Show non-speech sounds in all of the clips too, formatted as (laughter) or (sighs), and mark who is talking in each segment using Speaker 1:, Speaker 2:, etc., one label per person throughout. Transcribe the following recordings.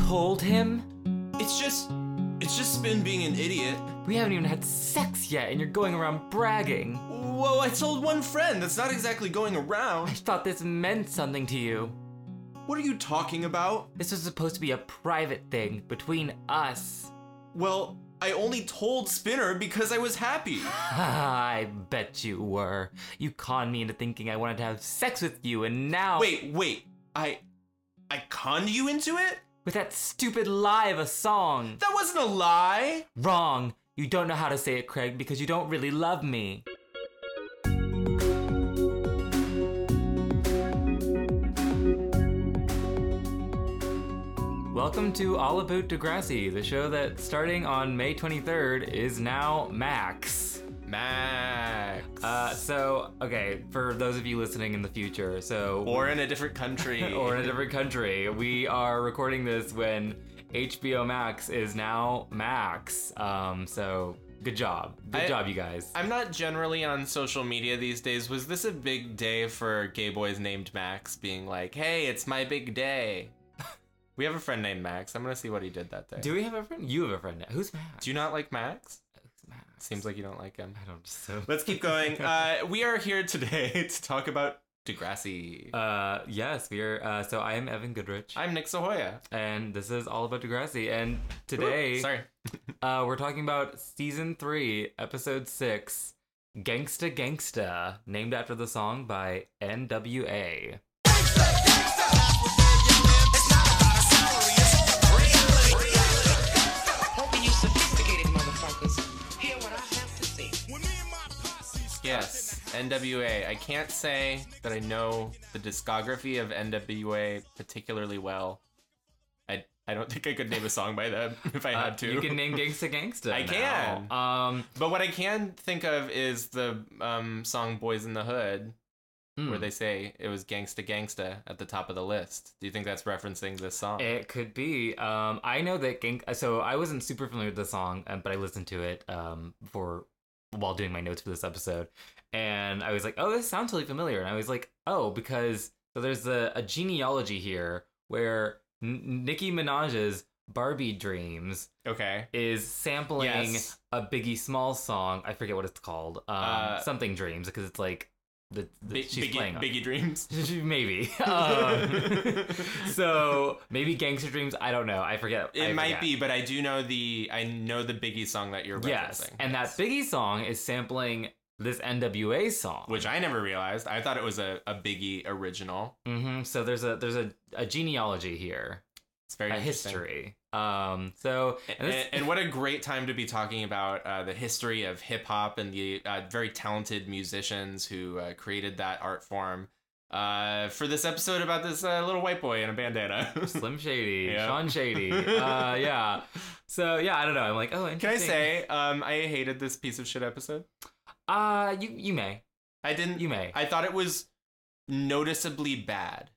Speaker 1: hold him?
Speaker 2: It's just, it's just Spin being an idiot.
Speaker 1: We haven't even had sex yet, and you're going around bragging.
Speaker 2: Whoa, I told one friend. That's not exactly going
Speaker 1: I
Speaker 2: around.
Speaker 1: thought this meant something to you.
Speaker 2: What are you talking about?
Speaker 1: This was supposed to be a private thing between us. (laughs)
Speaker 2: Well, I only told Spinner because I was happy.
Speaker 1: I bet you were. You conned me into thinking I wanted to have sex with you, and now.
Speaker 2: Wait, wait. I, I conned you into it?
Speaker 1: With that stupid lie of a song.
Speaker 2: That wasn't a lie.
Speaker 1: Wrong. You don't know how to say it, Craig, because you don't really love me. Welcome to All About Degrassi, the show that starting on May 23rd is now Max.
Speaker 2: Max.
Speaker 1: Uh, so, okay, for those of you listening in the future, so.
Speaker 2: or in a different country.
Speaker 1: (laughs) or in a different country. We are recording this when HBO Max is now Max. Um, so good job, good
Speaker 2: I-
Speaker 1: job, you guys.
Speaker 2: I'm not generally on social media these days. Was this a big day for gay boys named Max being like, hey, it's my big day? (laughs) we have a friend named Max. I'm going to see what he did that day. Do,
Speaker 1: Do we have a friend? You have a friend. Who's Max?
Speaker 2: you not like Max?
Speaker 1: Who's Max?
Speaker 2: Seems like you don't like him.
Speaker 1: I don't. So.
Speaker 2: Let's keep (laughs) going. uh, we are here today (laughs) to talk about Degrassi.
Speaker 1: Uh, yes, we are. Uh, so I am Evan Goodrich,
Speaker 2: I'm Nick Sahoya.
Speaker 1: and this is all about Degrassi. And
Speaker 2: Ooh,
Speaker 1: today,
Speaker 2: sorry.
Speaker 1: uh, we're talking about season three, episode six. Gangsta Gangsta, named after the song by NWA.
Speaker 3: Don't be you sophisticated motherfuckers. Hear what I have to say.
Speaker 2: Yes, NWA. I can't say that I know the discography of NWA particularly well. I I don't think I could name a song by them (laughs) if I
Speaker 1: Uh,
Speaker 2: had to.
Speaker 1: You can (laughs) name Gangsta Gangsta.
Speaker 2: I
Speaker 1: now.
Speaker 2: can.
Speaker 1: Um,
Speaker 2: But what I can think of is the um, song "Boys in the Hood," where
Speaker 1: Mm.
Speaker 2: they say it was "gangsta gangsta" at the top of the list. Do you think that's referencing this song?
Speaker 1: It could be. Um, I know that Gang. So I wasn't super familiar with the song, um, but I listened to it um, for while doing my notes for this episode, and I was like, "Oh, this sounds really familiar." And I was like, "Oh, because so there's a, a genealogy here where N- Nicki Minaj's Barbie Dreams
Speaker 2: okay.
Speaker 1: is sampling
Speaker 2: Yes.
Speaker 1: a Biggie Smalls song. I forget what it's called. Um,
Speaker 2: Uh,
Speaker 1: something Dreams because it's like the, the
Speaker 2: Big
Speaker 1: she's
Speaker 2: Biggie,
Speaker 1: playing on-
Speaker 2: Biggie Dreams.
Speaker 1: (laughs)
Speaker 2: (laughs)
Speaker 1: maybe. Um, so maybe gangster dreams. I don't know. I forget.
Speaker 2: it
Speaker 1: I
Speaker 2: might
Speaker 1: forget.
Speaker 2: be, but I do know the I know the Biggie song that you're
Speaker 1: Yes,
Speaker 2: referencing.
Speaker 1: and that Biggie song is sampling this NWA song.
Speaker 2: which I never realized. I thought it was a, a Biggie original.
Speaker 1: hmm so there's a there's a, a genealogy here,
Speaker 2: It's very
Speaker 1: a
Speaker 2: interesting.
Speaker 1: history. Um.
Speaker 2: (laughs)
Speaker 1: So
Speaker 2: And,
Speaker 1: and this,
Speaker 2: and what a great time to be talking about uh, the history of hip hop and the uh, very talented musicians who uh, created that art form. Uh, for this episode about this uh, little white boy in a bandana. (laughs)
Speaker 1: Slim Shady,
Speaker 2: Yeah.
Speaker 1: Sean
Speaker 2: (laughs)
Speaker 1: Shady. Uh. Yeah. So yeah, I don't know. I'm like, oh,
Speaker 2: Can I
Speaker 1: interesting.
Speaker 2: say um, I hated this piece of shit episode?
Speaker 1: Uh. You you may
Speaker 2: I didn't.
Speaker 1: you may.
Speaker 2: I thought it was noticeably bad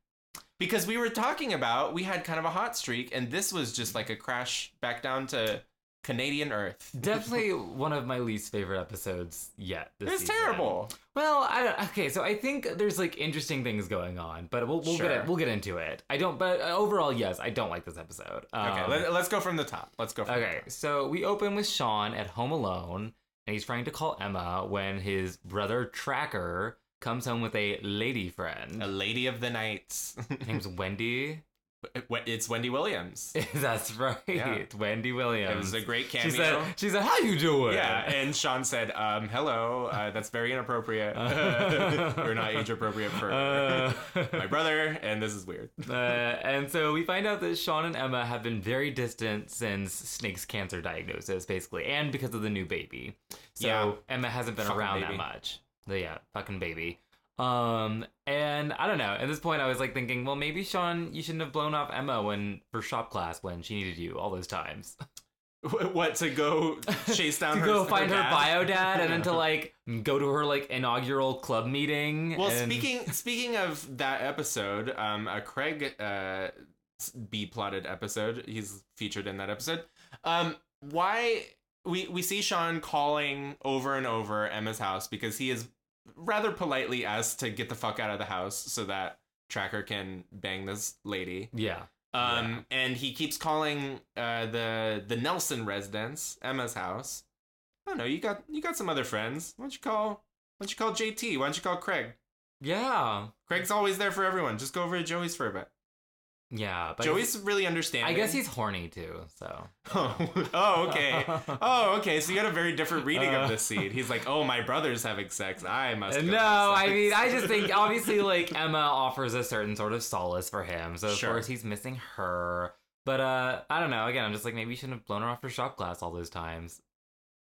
Speaker 2: because we were talking about we had kind of a hot streak, and this was just like a crash back down to Canadian Earth.
Speaker 1: Definitely one of my least favorite episodes yet. This
Speaker 2: It's
Speaker 1: season.
Speaker 2: terrible.
Speaker 1: Well, I don't. Okay, so I think there's like interesting things going on, but we'll we'll
Speaker 2: Sure.
Speaker 1: get we'll get into it. I don't. But uh, overall, yes, I don't like this episode.
Speaker 2: Okay,
Speaker 1: Um,
Speaker 2: let, us go from the top. Let's go. From
Speaker 1: okay. So we open with Sean at home alone, and he's trying to call Emma when his brother Tracker comes home with a lady
Speaker 2: the top. a
Speaker 1: friend.
Speaker 2: lady of the night. (laughs)
Speaker 1: Her name's Wendy. (laughs)
Speaker 2: it's Wendy Williams.
Speaker 1: That's right,
Speaker 2: Yeah.
Speaker 1: Wendy Williams.
Speaker 2: It was a great
Speaker 1: she
Speaker 2: cameo.
Speaker 1: said, "She said, how you doing?"
Speaker 2: yeah, and Sean said, um, "Hello, uh, that's very inappropriate. (laughs)
Speaker 1: (laughs)
Speaker 2: We're not age appropriate for
Speaker 1: Uh, (laughs)
Speaker 2: (laughs) my brother, and this is weird."
Speaker 1: Uh, and so we find out that Sean and Emma have been very distant since Snake's cancer diagnosis, basically, and because of the new baby. So
Speaker 2: Yeah.
Speaker 1: Emma hasn't been
Speaker 2: Fucking
Speaker 1: around
Speaker 2: baby.
Speaker 1: that much. So yeah, fucking baby. Um, and I don't know. At this point, I was like thinking, well, maybe Sean, you shouldn't have blown off Emma when for shop class when she needed you all those
Speaker 2: (laughs)
Speaker 1: times
Speaker 2: What to go chase
Speaker 1: (laughs)
Speaker 2: down?
Speaker 1: to
Speaker 2: her,
Speaker 1: go find her,
Speaker 2: dad?
Speaker 1: bio
Speaker 2: (laughs)
Speaker 1: dad and then to like go to her like inaugural club meeting.
Speaker 2: Well,
Speaker 1: and-
Speaker 2: speaking speaking of that episode, um, a Craig uh, B plotted episode. He's featured in that episode. Um, why we we see Sean calling over and over Emma's house because he is rather politely asked to get the fuck out of the house so that Tracker can bang this lady.
Speaker 1: yeah,
Speaker 2: Um, and he keeps calling uh, the the Nelson residence, Emma's house. I don't know. You got you got some other friends. Why don't you call? Why don't you call JT? Why don't you call Craig?
Speaker 1: Yeah.
Speaker 2: Craig's always there for everyone. Just go over to Joey's for a bit.
Speaker 1: Yeah. But
Speaker 2: Joey's really understanding.
Speaker 1: I guess he's horny too. So.
Speaker 2: Oh, (laughs) oh, (laughs)
Speaker 1: (laughs)
Speaker 2: okay. Oh, okay. So you had a very different reading of this scene. He's like, "Oh, my brother's having sex. I
Speaker 1: (laughs)
Speaker 2: must." go
Speaker 1: Uh. no,
Speaker 2: have
Speaker 1: I
Speaker 2: sex."
Speaker 1: mean, I just think obviously, like Emma offers a certain sort of solace for him, so of
Speaker 2: Sure.
Speaker 1: course he's missing her. But uh, I don't know. Again, I'm just like maybe you shouldn't have blown her off her shop glass all those times.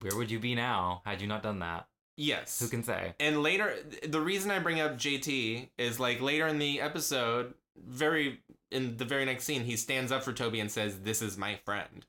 Speaker 1: Where would you be now had you not done that?
Speaker 2: (laughs) yes.
Speaker 1: Who can say?
Speaker 2: and later the reason i bring up jt is like later in the episode very in the very next scene he stands up for toby and says this is my friend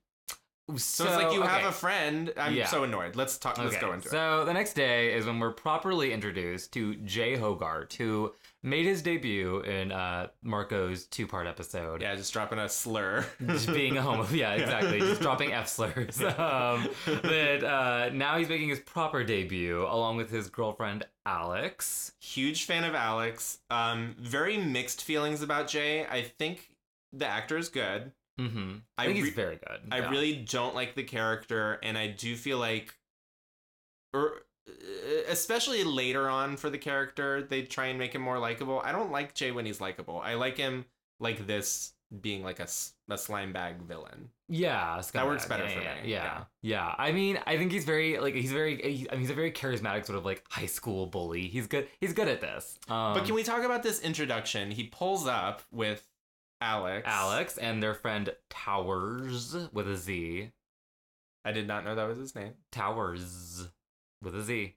Speaker 2: so, it's like you have
Speaker 1: okay.
Speaker 2: a friend i'm
Speaker 1: Yeah.
Speaker 2: so annoyed let's talk let's
Speaker 1: Okay,
Speaker 2: go into it
Speaker 1: so the next day is when we're properly introduced to Jay Hogart, who made his debut in uh, Marco's two-part episode.
Speaker 2: yeah just dropping a slur
Speaker 1: just
Speaker 2: (laughs)
Speaker 1: being (laughs) a homo. Yeah, exactly. Just dropping F slurs. (laughs) Um, but uh, now he's making his proper debut along with his girlfriend Alex.
Speaker 2: huge fan of alex um very mixed feelings about jay i think the actor is good
Speaker 1: hmm I,
Speaker 2: I
Speaker 1: think
Speaker 2: re-
Speaker 1: he's very good.
Speaker 2: I
Speaker 1: yeah.
Speaker 2: really don't like the character, and I do feel like, or especially later on for the character, they try and make him more likable. I don't like Jay when he's likable. I like him like this being like a, s- a slime bag villain.
Speaker 1: yeah scumbag.
Speaker 2: works better
Speaker 1: yeah,
Speaker 2: for
Speaker 1: yeah,
Speaker 2: me,
Speaker 1: Yeah,
Speaker 2: yeah.
Speaker 1: yeah. I mean, I think he's very like he's very. he- I mean, he's a very charismatic sort of like high school bully. He's good. He's good at this. Um,
Speaker 2: but can we talk about this introduction? He pulls up with Alex.
Speaker 1: Alex and their friend Towers with a Z.
Speaker 2: I did not know that was his name.
Speaker 1: Towers with a Z.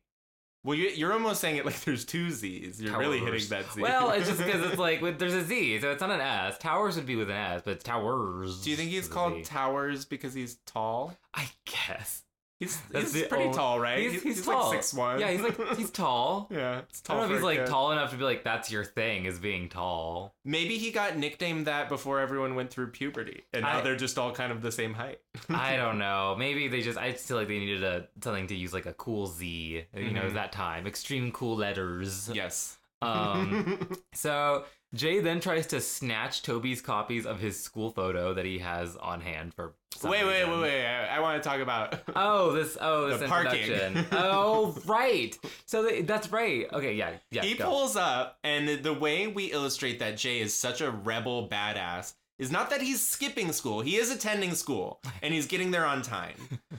Speaker 2: Well, you, you're almost saying it like there's two Z's. You're really hitting
Speaker 1: Towers.
Speaker 2: that Z.
Speaker 1: Well, (laughs) it's just
Speaker 2: (laughs)
Speaker 1: because it's like with, there's a Z, so it's not an S. Towers would be with an S, but it's towers.
Speaker 2: Do you think he's
Speaker 1: with a
Speaker 2: called
Speaker 1: Z.
Speaker 2: Towers because he's tall?
Speaker 1: I guess.
Speaker 2: He's,
Speaker 1: That's
Speaker 2: he's
Speaker 1: the
Speaker 2: pretty
Speaker 1: only-
Speaker 2: tall, right?
Speaker 1: He's- he's tall.
Speaker 2: like six one.
Speaker 1: Yeah, he's
Speaker 2: (laughs)
Speaker 1: like he's tall.
Speaker 2: yeah, it's
Speaker 1: I
Speaker 2: tall.
Speaker 1: don't know if
Speaker 2: for
Speaker 1: he's
Speaker 2: a
Speaker 1: like
Speaker 2: kid.
Speaker 1: tall enough to be like that's your thing is being tall.
Speaker 2: Maybe he got nicknamed that before everyone went through puberty, and now
Speaker 1: I-
Speaker 2: they're just all kind of the same height. (laughs)
Speaker 1: I don't know. Maybe they just I just feel like they needed a something to use like a cool Z. You know, it was
Speaker 2: Mhm.
Speaker 1: that time extreme cool letters.
Speaker 2: Yes. (laughs)
Speaker 1: Um, so Jay then tries to snatch Toby's copies of his school photo that he has on hand for. some
Speaker 2: wait, wait,
Speaker 1: reason.
Speaker 2: wait, wait! I, I want to talk (laughs) about.
Speaker 1: Oh, this. Oh, this
Speaker 2: The parking. (laughs)
Speaker 1: introduction. oh, right. So th- that's right. Okay, yeah, yeah.
Speaker 2: he
Speaker 1: go.
Speaker 2: pulls up, and the way we illustrate that Jay is such a rebel badass is not that he's skipping school. He is
Speaker 1: (laughs)
Speaker 2: attending school, and he's getting there on time.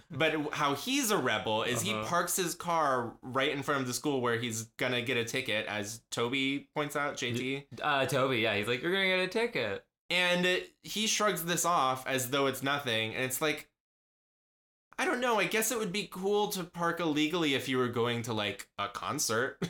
Speaker 2: but how he's a rebel is
Speaker 1: Uh-huh.
Speaker 2: he parks his car right in front of the school where he's gonna get a ticket, as Toby points out. JT
Speaker 1: Uh, Toby. Yeah, he's like, you're gonna get a ticket.
Speaker 2: and he shrugs this off as though it's nothing, and it's like. I don't know. I guess it would be cool to park illegally if you were going to like a concert. (laughs)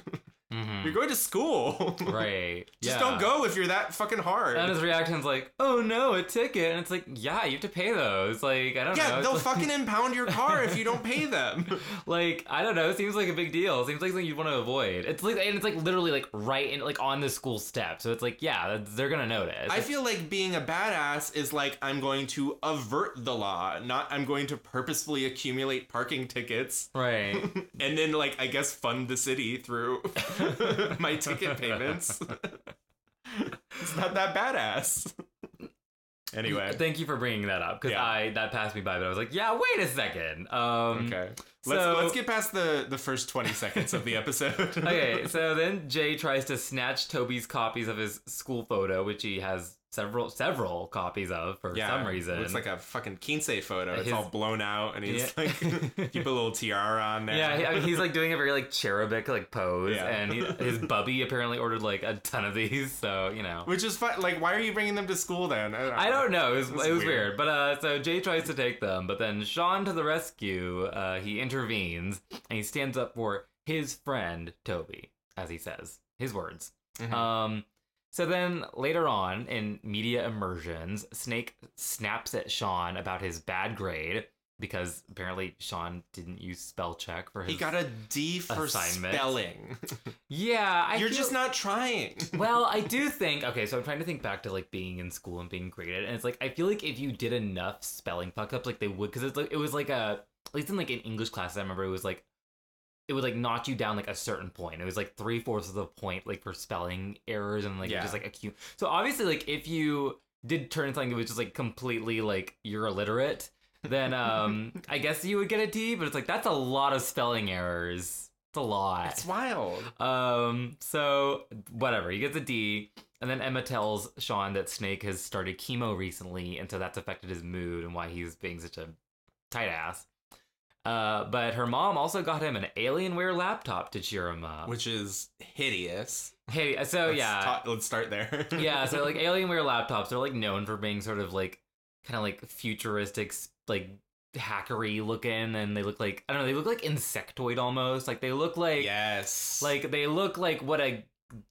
Speaker 2: You're
Speaker 1: Mhm.
Speaker 2: going to school.
Speaker 1: Right.
Speaker 2: Mm-hmm. (laughs)
Speaker 1: yeah.
Speaker 2: Just don't go if you're that fucking hard.
Speaker 1: And his reaction's like, oh no, a ticket. And it's like, yeah, you have to pay those. Like, I don't know.
Speaker 2: yeah,
Speaker 1: It's
Speaker 2: they'll
Speaker 1: like-
Speaker 2: fucking impound your car if you don't pay
Speaker 1: (laughs)
Speaker 2: them.
Speaker 1: Like, I don't know. It seems like a big deal. It seems like something you'd want to avoid. It's like, and it's like literally like right in like on the school step. So it's like, yeah, that's, they're gonna notice.
Speaker 2: I
Speaker 1: It's-
Speaker 2: feel like being a badass is like I'm going to avert the law, not I'm going to purposefully accumulate parking tickets
Speaker 1: (laughs) right.
Speaker 2: and then like I guess fund the city through (laughs) my ticket payments. (laughs) it's not that badass. (laughs) Anyway.
Speaker 1: Thank you for bringing that up because
Speaker 2: Yeah.
Speaker 1: I that passed me by, but I was like, yeah, wait a second. Um,
Speaker 2: Okay. Let's
Speaker 1: so-
Speaker 2: let's get past the the first 20 seconds of the episode.
Speaker 1: (laughs) (laughs) okay, so then Jay tries to snatch Toby's copies of his school photo, which he has several several copies of for some reason.
Speaker 2: Looks like a fucking Kinsey photo. It's
Speaker 1: His-
Speaker 2: all blown out and he's
Speaker 1: Yeah.
Speaker 2: like (laughs) keep a little tiara on there.
Speaker 1: yeah, he, I mean, he's like doing a very like cherubic like pose,
Speaker 2: Yeah.
Speaker 1: and he, his bubby apparently ordered like a ton of these, so you know.
Speaker 2: (laughs) Which is fun. Like, why are you bringing them to school then?
Speaker 1: I don't know. It was, it
Speaker 2: That's
Speaker 1: was weird.
Speaker 2: weird.
Speaker 1: But uh, so Jay tries to take them, but then Sean to the rescue. Uh, he intervenes and he stands up for his friend Toby, as he says his words.
Speaker 2: Mhm.
Speaker 1: Um, so then later on in media immersions, Snake snaps at Sean about his bad grade because apparently Sean didn't use spell check for his
Speaker 2: He got a D for
Speaker 1: Assignment.
Speaker 2: spelling.
Speaker 1: Yeah, (laughs) I
Speaker 2: You're
Speaker 1: feel-
Speaker 2: just not trying. (laughs)
Speaker 1: well, I do think okay, so I'm trying to think back to like being in school and being graded, and it's like I feel like if you did enough spelling fuck ups, like they would, because it's like it was like a at least in like an English class, I remember it was like it would like knock you down like a certain point. It was like three fourths of the point like for spelling errors and like it
Speaker 2: Yeah.
Speaker 1: just like acute. So obviously, like if you did turn into something that was just like completely like you're illiterate, then
Speaker 2: (laughs)
Speaker 1: um I guess you would get a D. But it's like that's a lot of spelling errors. It's a lot.
Speaker 2: It's wild.
Speaker 1: Um, so whatever, he gets a D, and then Emma tells Sean that Snake has started chemo recently, and so that's affected his mood and why he's being such a tight ass. Uh, but her mom also got him an Alienware laptop to cheer him up.
Speaker 2: Which is hideous.
Speaker 1: hey, so
Speaker 2: Let's
Speaker 1: Uh. Oh, yeah,
Speaker 2: ta- let's start there. (laughs)
Speaker 1: yeah, so like Alienware laptops are like known for being sort of like kind of like futuristic, s- like hackery looking, and they look like I don't know, they look like insectoid almost. Like they look like
Speaker 2: yes.
Speaker 1: like they look like what a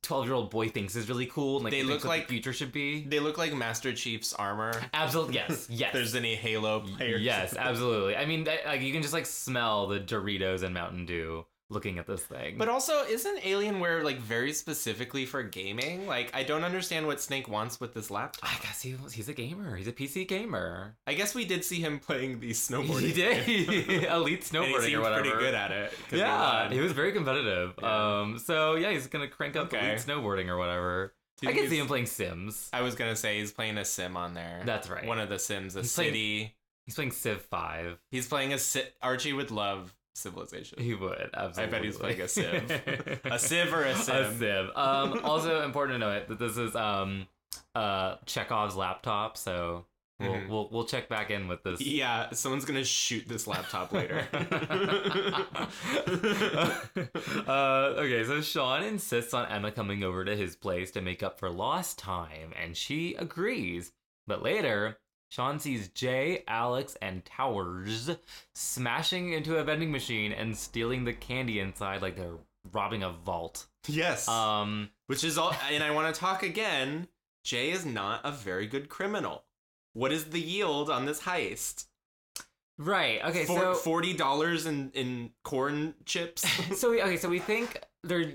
Speaker 1: twelve-year-old boy thinks is really cool. and, Like
Speaker 2: They
Speaker 1: thinks
Speaker 2: look
Speaker 1: what
Speaker 2: like-
Speaker 1: the future should be.
Speaker 2: they look like Master Chief's armor.
Speaker 1: Absolutely, yes, (laughs) yes,
Speaker 2: If (laughs) there's any Halo players.
Speaker 1: yes, absolutely. I mean, that- like you can just like smell the Doritos and Mountain Dew looking at this thing.
Speaker 2: But also, isn't Alienware like very specifically for gaming? Like, I don't understand what Snake wants with this laptop.
Speaker 1: I guess he was, he's a gamer. He's a PC gamer.
Speaker 2: I guess we did see him playing the snowboarding.
Speaker 1: He
Speaker 2: (laughs)
Speaker 1: did (laughs)
Speaker 2: game.
Speaker 1: elite
Speaker 2: And he
Speaker 1: snowboarding
Speaker 2: seemed
Speaker 1: or whatever.
Speaker 2: pretty good at it. 'cause he
Speaker 1: yeah,
Speaker 2: won.
Speaker 1: he was very competitive.
Speaker 2: Yeah.
Speaker 1: Um, so yeah, he's gonna crank up
Speaker 2: Okay.
Speaker 1: elite snowboarding or whatever.
Speaker 2: Do
Speaker 1: I
Speaker 2: you think
Speaker 1: can see
Speaker 2: he's-
Speaker 1: him playing
Speaker 2: (laughs)
Speaker 1: Sims.
Speaker 2: I was gonna say he's playing a sim on there.
Speaker 1: That's right.
Speaker 2: One of the sims, a
Speaker 1: He's playing-
Speaker 2: city.
Speaker 1: He's playing Civ Five.
Speaker 2: He's playing a si- Archie would love Civilization.
Speaker 1: He would absolutely.
Speaker 2: I bet he's playing a Civ.
Speaker 1: (laughs)
Speaker 2: a Civ or a Sim.
Speaker 1: A Civ. Um, also important to note that this is um, uh, Chekhov's laptop, so we'll
Speaker 2: Mhm.
Speaker 1: we'll we'll check back in with this.
Speaker 2: Yeah, someone's gonna shoot this
Speaker 1: (laughs)
Speaker 2: laptop later. (laughs)
Speaker 1: uh, okay, so Sean insists on Emma coming over to his place to make up for lost time, and she agrees. But later, Sean sees Jay, Alex, and Towers smashing into a vending machine and stealing the candy inside like they're robbing a vault.
Speaker 2: yes,
Speaker 1: Um,
Speaker 2: which is all. And I want to talk again. Jay is not a very good criminal. What is the yield on this heist?
Speaker 1: right. Okay,
Speaker 2: Four-
Speaker 1: so
Speaker 2: forty dollars in in corn chips.
Speaker 1: so we, okay, so we think they're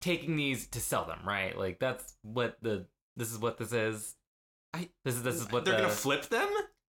Speaker 1: taking these to sell them, right? Like that's what the this is what this is.
Speaker 2: I-
Speaker 1: this is (laughs) this is what
Speaker 2: they're
Speaker 1: the,
Speaker 2: gonna flip them.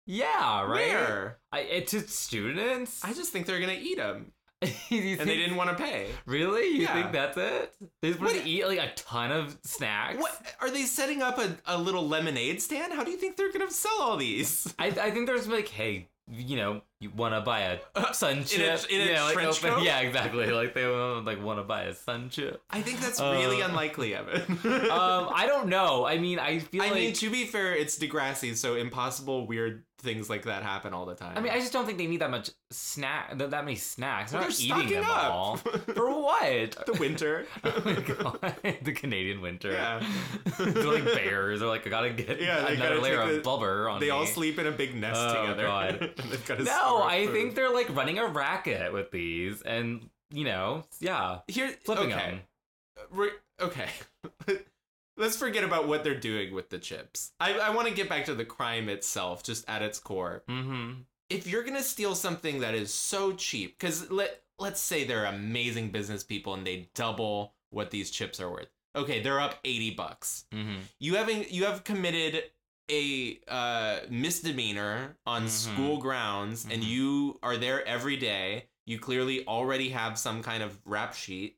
Speaker 1: Yeah, right.
Speaker 2: Where?
Speaker 1: I, it, to students.
Speaker 2: I just think they're gonna eat them,
Speaker 1: (laughs) You
Speaker 2: and they
Speaker 1: think-
Speaker 2: didn't want to pay.
Speaker 1: Really? You
Speaker 2: Yeah.
Speaker 1: think that's it? They just wanted
Speaker 2: What-
Speaker 1: to eat like a ton of snacks.
Speaker 2: What are they setting up a, a little lemonade stand? How do you think they're gonna sell all these?
Speaker 1: I, I think there's like, hey, you know, you want to buy a sun
Speaker 2: Uh, in a-
Speaker 1: chip?
Speaker 2: in a
Speaker 1: yeah, like
Speaker 2: trench coat?
Speaker 1: (laughs) yeah, exactly. Like they uh, like want to buy a sun chip.
Speaker 2: I think that's
Speaker 1: Uh,
Speaker 2: really unlikely, Evan. (laughs)
Speaker 1: Um, I don't know. I mean, I feel
Speaker 2: I
Speaker 1: like
Speaker 2: mean, to be fair, it's Degrassi, so impossible weird things like that happen all the time.
Speaker 1: I mean, I just don't think they need that much snack. That, that many snacks. They're
Speaker 2: Well,
Speaker 1: not
Speaker 2: they're
Speaker 1: eating
Speaker 2: stocking
Speaker 1: them
Speaker 2: up. (laughs)
Speaker 1: all. For what?
Speaker 2: the
Speaker 1: (laughs)
Speaker 2: winter.
Speaker 1: oh my god, the Canadian winter.
Speaker 2: Yeah.
Speaker 1: (laughs) They're like bears. They're like, I gotta get
Speaker 2: Yeah, they
Speaker 1: another
Speaker 2: gotta
Speaker 1: layer
Speaker 2: take
Speaker 1: of
Speaker 2: the-
Speaker 1: blubber on
Speaker 2: They
Speaker 1: me.
Speaker 2: all sleep in a big nest
Speaker 1: Oh,
Speaker 2: together. (laughs)
Speaker 1: God.
Speaker 2: They've got to
Speaker 1: No,
Speaker 2: store
Speaker 1: I
Speaker 2: food.
Speaker 1: think they're like running a racket with these, and you know, yeah,
Speaker 2: here
Speaker 1: flipping
Speaker 2: okay.
Speaker 1: them.
Speaker 2: Re- okay. (laughs) Let's forget about what they're doing with the chips. I, I want to get back to the crime itself, just at its core.
Speaker 1: Mm-hmm.
Speaker 2: if you're gonna steal something that is so cheap, because let let's say they're amazing business people and they double what these chips are worth. Okay, they're up eighty bucks.
Speaker 1: Mm-hmm.
Speaker 2: You having you have committed a uh, misdemeanor on
Speaker 1: Mhm.
Speaker 2: school grounds, and
Speaker 1: Mhm.
Speaker 2: you are there every day. You clearly already have some kind of rap sheet.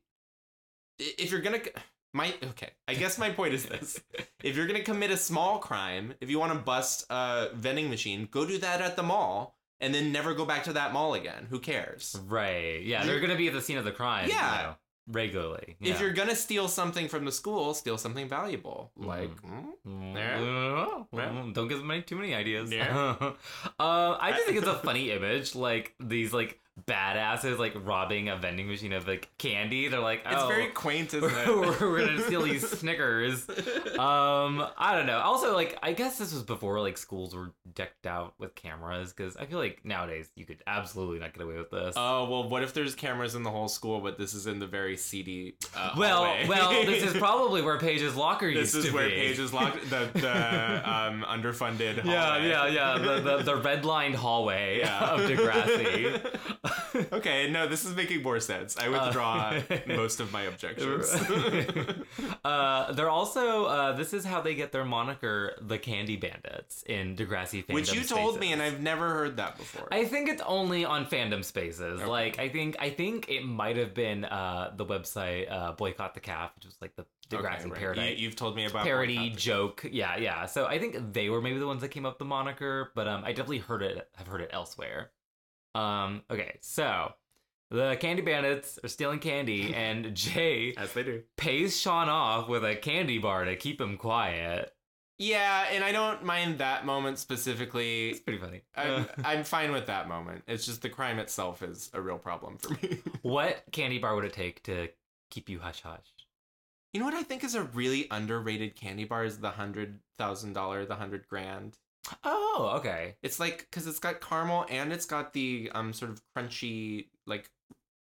Speaker 2: I- If you're gonna c- my okay, I guess my point
Speaker 1: (laughs)
Speaker 2: is this: if you're going to commit a small crime, if you want to bust a vending machine, go do that at the mall and then never go back to that mall again. Who cares?
Speaker 1: Right. Yeah, they're
Speaker 2: You-
Speaker 1: gonna be at the scene of the crime. you
Speaker 2: Yeah.
Speaker 1: know, regularly.
Speaker 2: If you're going to steal something from the school, steal something valuable. Like,
Speaker 1: Mm-hmm.
Speaker 2: mm, Yeah.
Speaker 1: Don't give me too many ideas. (laughs)
Speaker 2: Yeah.
Speaker 1: uh, I just think it's a funny image, like these like badasses like robbing a vending machine of like candy. They're like,
Speaker 2: it's
Speaker 1: oh,
Speaker 2: very quaint, isn't
Speaker 1: (laughs)
Speaker 2: it?
Speaker 1: we're, we're gonna steal
Speaker 2: (laughs)
Speaker 1: these Snickers. Um, I don't know. Also, like, I guess this was before like schools were decked out with cameras because I feel like nowadays you could absolutely not get away with this.
Speaker 2: Oh, well, what if there's cameras in the whole school, but this is in the very seedy. Uh,
Speaker 1: (laughs) well,
Speaker 2: hallway?
Speaker 1: well, this
Speaker 2: (laughs)
Speaker 1: is probably where Paige's locker used
Speaker 2: This
Speaker 1: to
Speaker 2: is where
Speaker 1: be.
Speaker 2: Paige is locked. The,
Speaker 1: (laughs)
Speaker 2: the um, underfunded.
Speaker 1: Yeah,
Speaker 2: (laughs) hallway.
Speaker 1: yeah, yeah. The, the, the red lined hallway
Speaker 2: Yeah. (laughs)
Speaker 1: of Degrassi.
Speaker 2: Okay, no, this is making more sense.
Speaker 1: (laughs)
Speaker 2: I withdraw most of my objections.
Speaker 1: uh, they're also uh, this is how they get their moniker, the Candy Bandits, in Degrassi fandom.
Speaker 2: (laughs) Which you told me,
Speaker 1: spaces.
Speaker 2: and I've never heard that before.
Speaker 1: I think it's only on fandom spaces.
Speaker 2: Okay.
Speaker 1: Like I think I think it might have been uh, the website uh, boycott the calf, which was like the
Speaker 2: Okay,
Speaker 1: Degrassi
Speaker 2: right.
Speaker 1: parody
Speaker 2: You, have told me about
Speaker 1: parody
Speaker 2: Boycott the-
Speaker 1: joke. Yeah, yeah. So I think they were maybe the ones that came up with the moniker, but um, I definitely heard it. Have heard it elsewhere. Um. Okay. So the candy bandits are stealing
Speaker 2: (laughs)
Speaker 1: candy, and Jay
Speaker 2: as they do.
Speaker 1: pays Sean off with a candy bar to keep him quiet.
Speaker 2: Yeah, and I don't mind that moment specifically.
Speaker 1: It's pretty funny.
Speaker 2: I'm, (laughs)
Speaker 1: (laughs) Uh,
Speaker 2: I'm fine with that moment. It's just the crime itself is a real problem for me. (laughs)
Speaker 1: what candy bar would it take to keep you hush hush?
Speaker 2: you know what I think is a really underrated candy bar is the hundred thousand dollar, the hundred grand.
Speaker 1: Oh, okay.
Speaker 2: It's like because it's got caramel and it's got the um sort of crunchy like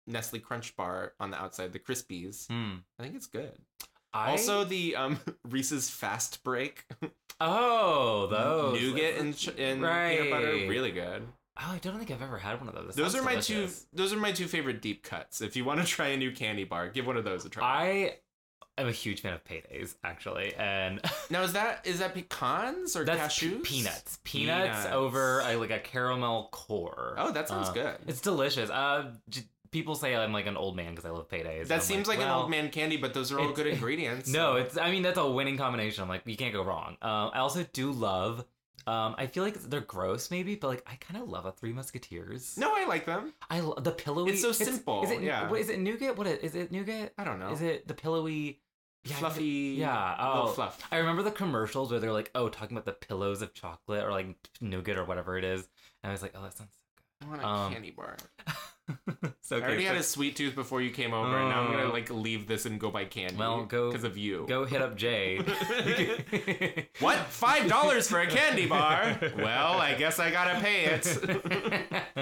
Speaker 2: Nestle Crunch bar on the outside, the Crispies.
Speaker 1: Hmm.
Speaker 2: I think it's good.
Speaker 1: I,
Speaker 2: Also the um (laughs) Reese's Fast Break
Speaker 1: oh (laughs) those
Speaker 2: nougat and, ch- and peanut butter,
Speaker 1: Right.
Speaker 2: really good.
Speaker 1: Oh, I don't think I've ever had one of those. That
Speaker 2: those are
Speaker 1: sounds
Speaker 2: my
Speaker 1: delicious.
Speaker 2: two. Those are my two favorite deep cuts. If you want to try a new candy bar, give one of those a try.
Speaker 1: I am a huge fan of paydays, actually,
Speaker 2: (laughs)
Speaker 1: and
Speaker 2: now is that is that pecans or
Speaker 1: that's pe-
Speaker 2: cashews?
Speaker 1: peanuts. Peanuts.
Speaker 2: Peanuts.
Speaker 1: over uh, like a caramel core.
Speaker 2: Oh, that sounds
Speaker 1: Uh,
Speaker 2: good.
Speaker 1: It's delicious. Uh, j- people say I'm like an old man because I love paydays.
Speaker 2: That
Speaker 1: I'm
Speaker 2: seems like, an
Speaker 1: well,
Speaker 2: old man candy, but those are all
Speaker 1: it-
Speaker 2: good ingredients.
Speaker 1: (laughs) No, it's. I mean, that's a winning combination. I'm like, you can't go wrong. Um, I also do love. Um, I feel like they're gross, maybe, but like I kind of love a Three Musketeers.
Speaker 2: no, I like them.
Speaker 1: I lo- the pillowy.
Speaker 2: It's so simple,
Speaker 1: Is it,
Speaker 2: yeah.
Speaker 1: What, is it nougat? What is, is it nougat?
Speaker 2: I don't know.
Speaker 1: Is it the pillowy? Yeah, I
Speaker 2: fluffy?
Speaker 1: yeah, oh.
Speaker 2: little fluff.
Speaker 1: I remember the commercials where they're like, "Oh, talking about the pillows of chocolate or like nougat or whatever it is," and I was like, "Oh, that sounds
Speaker 2: I want a
Speaker 1: um,
Speaker 2: candy bar.
Speaker 1: so."
Speaker 2: I
Speaker 1: good."
Speaker 2: already had
Speaker 1: So
Speaker 2: a sweet tooth before you came over, and now I'm gonna
Speaker 1: Oh.
Speaker 2: like leave this and go buy candy.
Speaker 1: Well, go-
Speaker 2: because of you.
Speaker 1: Go hit up Jay.
Speaker 2: (laughs) What? Five dollars for a candy bar? Well, I guess I gotta pay it.
Speaker 1: (laughs)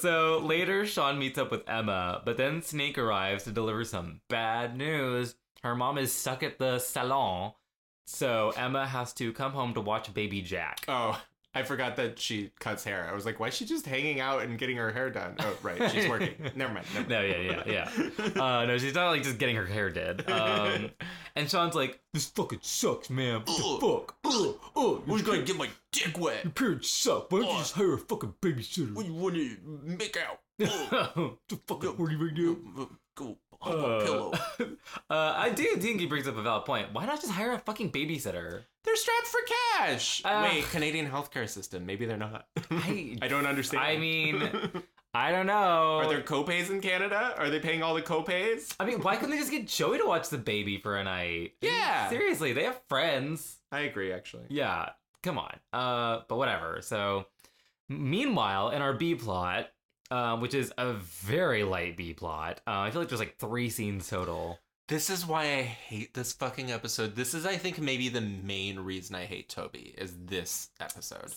Speaker 1: so later, Sean meets up with Emma, but then Snake arrives to deliver some bad news. Her mom is stuck at the salon, so Emma has to come home to watch baby Jack.
Speaker 2: Oh, I forgot that she cuts hair. I was like, why is she just hanging out and getting her hair done? Oh, right,
Speaker 1: (laughs)
Speaker 2: she's working. never mind. Never mind.
Speaker 1: No, yeah, yeah, Uh, no, she's not like just getting her hair did.
Speaker 2: (laughs)
Speaker 1: Um, and Sean's like, "This fucking sucks, man. What the fuck?
Speaker 2: Ugh,
Speaker 1: Oh,
Speaker 2: who's gonna get my dick wet?
Speaker 1: your parents suck. Why don't you just hire a fucking babysitter?" (laughs)
Speaker 2: What you want to make out?
Speaker 1: the fucking horny right now.
Speaker 2: Go hug a
Speaker 1: Uh,
Speaker 2: pillow.
Speaker 1: (laughs) uh, I do think he brings up a valid point. Why not just hire a fucking babysitter?
Speaker 2: They're strapped for cash.
Speaker 1: Uh,
Speaker 2: Wait, Canadian healthcare system. Maybe they're not.
Speaker 1: I-
Speaker 2: (laughs) I don't understand.
Speaker 1: I mean,
Speaker 2: (laughs)
Speaker 1: I don't know.
Speaker 2: are there copays in Canada? Are they paying all the copays?
Speaker 1: I mean, why couldn't they just get Joey to watch the baby for a night?
Speaker 2: Yeah.
Speaker 1: Seriously, they have friends.
Speaker 2: I agree, actually.
Speaker 1: Yeah, come on. Uh, but whatever. So, meanwhile, in our B plot, uh, which is a very light B plot, uh, I feel like there's like three scenes total.
Speaker 2: This is why I hate this fucking episode. This is, I think, maybe the main reason I hate Toby is this episode.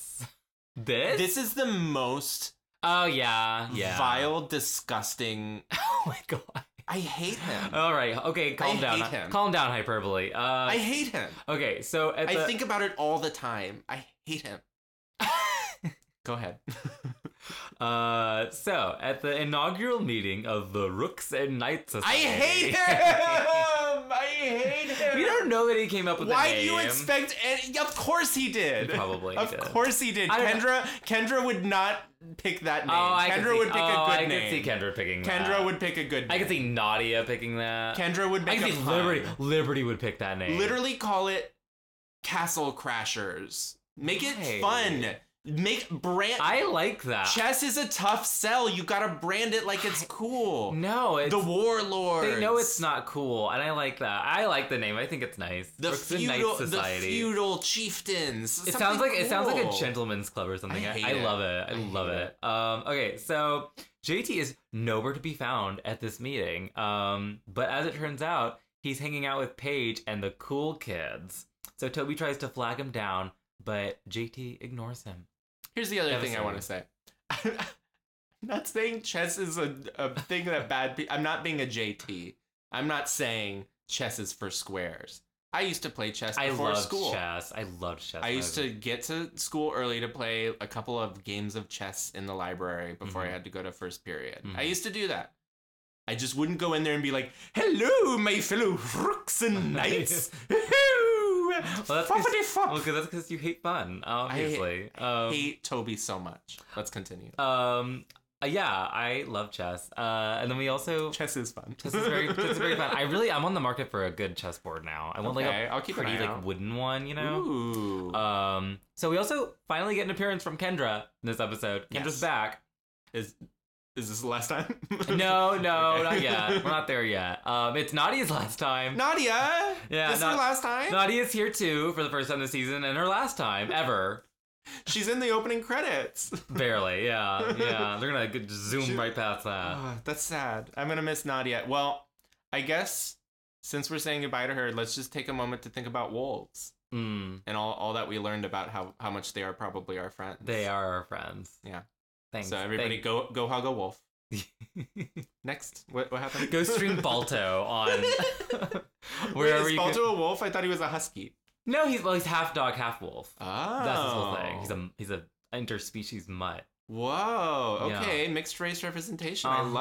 Speaker 1: This?
Speaker 2: This is the most
Speaker 1: Oh yeah, yeah.
Speaker 2: vile, disgusting.
Speaker 1: (laughs) oh my god.
Speaker 2: I hate him.
Speaker 1: All right. Okay. Calm
Speaker 2: I
Speaker 1: down.
Speaker 2: hate him.
Speaker 1: Calm down. Hyperbole. Uh,
Speaker 2: I hate him.
Speaker 1: okay. So at
Speaker 2: I
Speaker 1: the,
Speaker 2: think about it all the time. I hate him. Go ahead.
Speaker 1: (laughs) uh, so at the inaugural meeting of the Rooks and Knights
Speaker 2: I
Speaker 1: Society,
Speaker 2: hate him.
Speaker 1: (laughs)
Speaker 2: I hate him.
Speaker 1: you don't know that he came up with. the
Speaker 2: Why do you
Speaker 1: name.
Speaker 2: expect? Any- of course he did.
Speaker 1: He probably
Speaker 2: Of
Speaker 1: did.
Speaker 2: course he did.
Speaker 1: I don't-
Speaker 2: Kendra. Kendra would not pick that name.
Speaker 1: Oh, I could
Speaker 2: Kendra
Speaker 1: see,
Speaker 2: would pick
Speaker 1: oh,
Speaker 2: a good
Speaker 1: I
Speaker 2: name.
Speaker 1: could see Kendra picking that.
Speaker 2: Kendra would pick a good name.
Speaker 1: I could see Nadia picking that.
Speaker 2: Kendra would
Speaker 1: I
Speaker 2: make
Speaker 1: could
Speaker 2: a
Speaker 1: see
Speaker 2: pun.
Speaker 1: Liberty. Liberty would pick that name.
Speaker 2: Literally call it Castle Crashers. Make
Speaker 1: Why?
Speaker 2: it fun. Make brand.
Speaker 1: I like that.
Speaker 2: Chess is a tough sell. You gotta brand it like it's cool.
Speaker 1: no, it's
Speaker 2: the warlords.
Speaker 1: they know it's not cool, and I like that. I like the name. I think it's nice.
Speaker 2: the
Speaker 1: Rooks and Knights
Speaker 2: feudal, the
Speaker 1: Society.
Speaker 2: feudal chieftains.
Speaker 1: It sounds like it sounds like a
Speaker 2: gentle.
Speaker 1: gentleman's club or something.
Speaker 2: I
Speaker 1: I,
Speaker 2: hate
Speaker 1: I
Speaker 2: it.
Speaker 1: love it. I,
Speaker 2: I hate
Speaker 1: love it. Um, okay, so JT is nowhere to be found at this meeting. Um, but as it turns out, he's hanging out with Paige and the cool kids. So Toby tries to flag him down, but JT ignores him.
Speaker 2: Here's the other thing I
Speaker 1: Devastating.
Speaker 2: want to say. (laughs) I'm not saying chess is a, a thing that bad people. I'm not being a JT. I'm not saying chess is for squares. I used to play chess
Speaker 1: I
Speaker 2: before
Speaker 1: loved
Speaker 2: school.
Speaker 1: chess. I loved chess.
Speaker 2: I
Speaker 1: when
Speaker 2: used
Speaker 1: was-
Speaker 2: to get to school early to play a couple of games of chess in the library before I
Speaker 1: Mhm.
Speaker 2: had to go to first period. I
Speaker 1: Mhm.
Speaker 2: used to do that. I just wouldn't go in there and be like, "Hello, my fellow
Speaker 1: (laughs)
Speaker 2: rooks and knights." well,
Speaker 1: Well, that's 'cause-
Speaker 2: fuck.
Speaker 1: Well, 'cause that's because you hate fun, obviously. um,
Speaker 2: hate Toby so much. Let's continue.
Speaker 1: um, uh, yeah, I love chess. Uh, and then we also
Speaker 2: Chess is fun.
Speaker 1: chess is very chess is very
Speaker 2: (laughs)
Speaker 1: fun. I really I'm on the market for a good chessboard now. I want like
Speaker 2: Okay,
Speaker 1: a
Speaker 2: I'll keep an
Speaker 1: pretty
Speaker 2: eye
Speaker 1: like
Speaker 2: out.
Speaker 1: wooden one, you know.
Speaker 2: Ooh.
Speaker 1: Um, so we also finally get an appearance from Kendra in this episode. Kendra's
Speaker 2: Yes. (laughs)
Speaker 1: back.
Speaker 2: is this the last time?
Speaker 1: (laughs) No, no,
Speaker 2: Okay.
Speaker 1: not yet. We're not there yet. Um, it's Nadia's last time.
Speaker 2: (laughs) Nadia.
Speaker 1: Yeah,
Speaker 2: This is
Speaker 1: Na-
Speaker 2: her last time.
Speaker 1: Nadia's here too for the first time this season and her last time ever.
Speaker 2: She's in the
Speaker 1: (laughs)
Speaker 2: opening credits.
Speaker 1: Uh. Barely, yeah, yeah. They're gonna g- zoom
Speaker 2: She-
Speaker 1: right past
Speaker 2: (sighs)
Speaker 1: that.
Speaker 2: Ah, that's sad. I'm gonna miss Nadia. Well, I guess since we're saying goodbye to her, let's just take a moment to think about wolves
Speaker 1: Mm,
Speaker 2: and all, all that we learned about how, how much they are probably our friends.
Speaker 1: they are our friends.
Speaker 2: Yeah.
Speaker 1: Thanks.
Speaker 2: So everybody,
Speaker 1: thank-
Speaker 2: go go hug a wolf.
Speaker 1: (laughs) go.
Speaker 2: Next, what what happened? (laughs)
Speaker 1: stream Balto on wherever
Speaker 2: Wait, is
Speaker 1: you.
Speaker 2: Balto
Speaker 1: Can...
Speaker 2: a wolf? I thought he was a husky.
Speaker 1: No, he's well, he's half dog, half wolf.
Speaker 2: Oh,
Speaker 1: That's his whole thing. He's a he's a interspecies mutt.
Speaker 2: Whoa.
Speaker 1: Yeah.
Speaker 2: Okay, mixed race representation. I love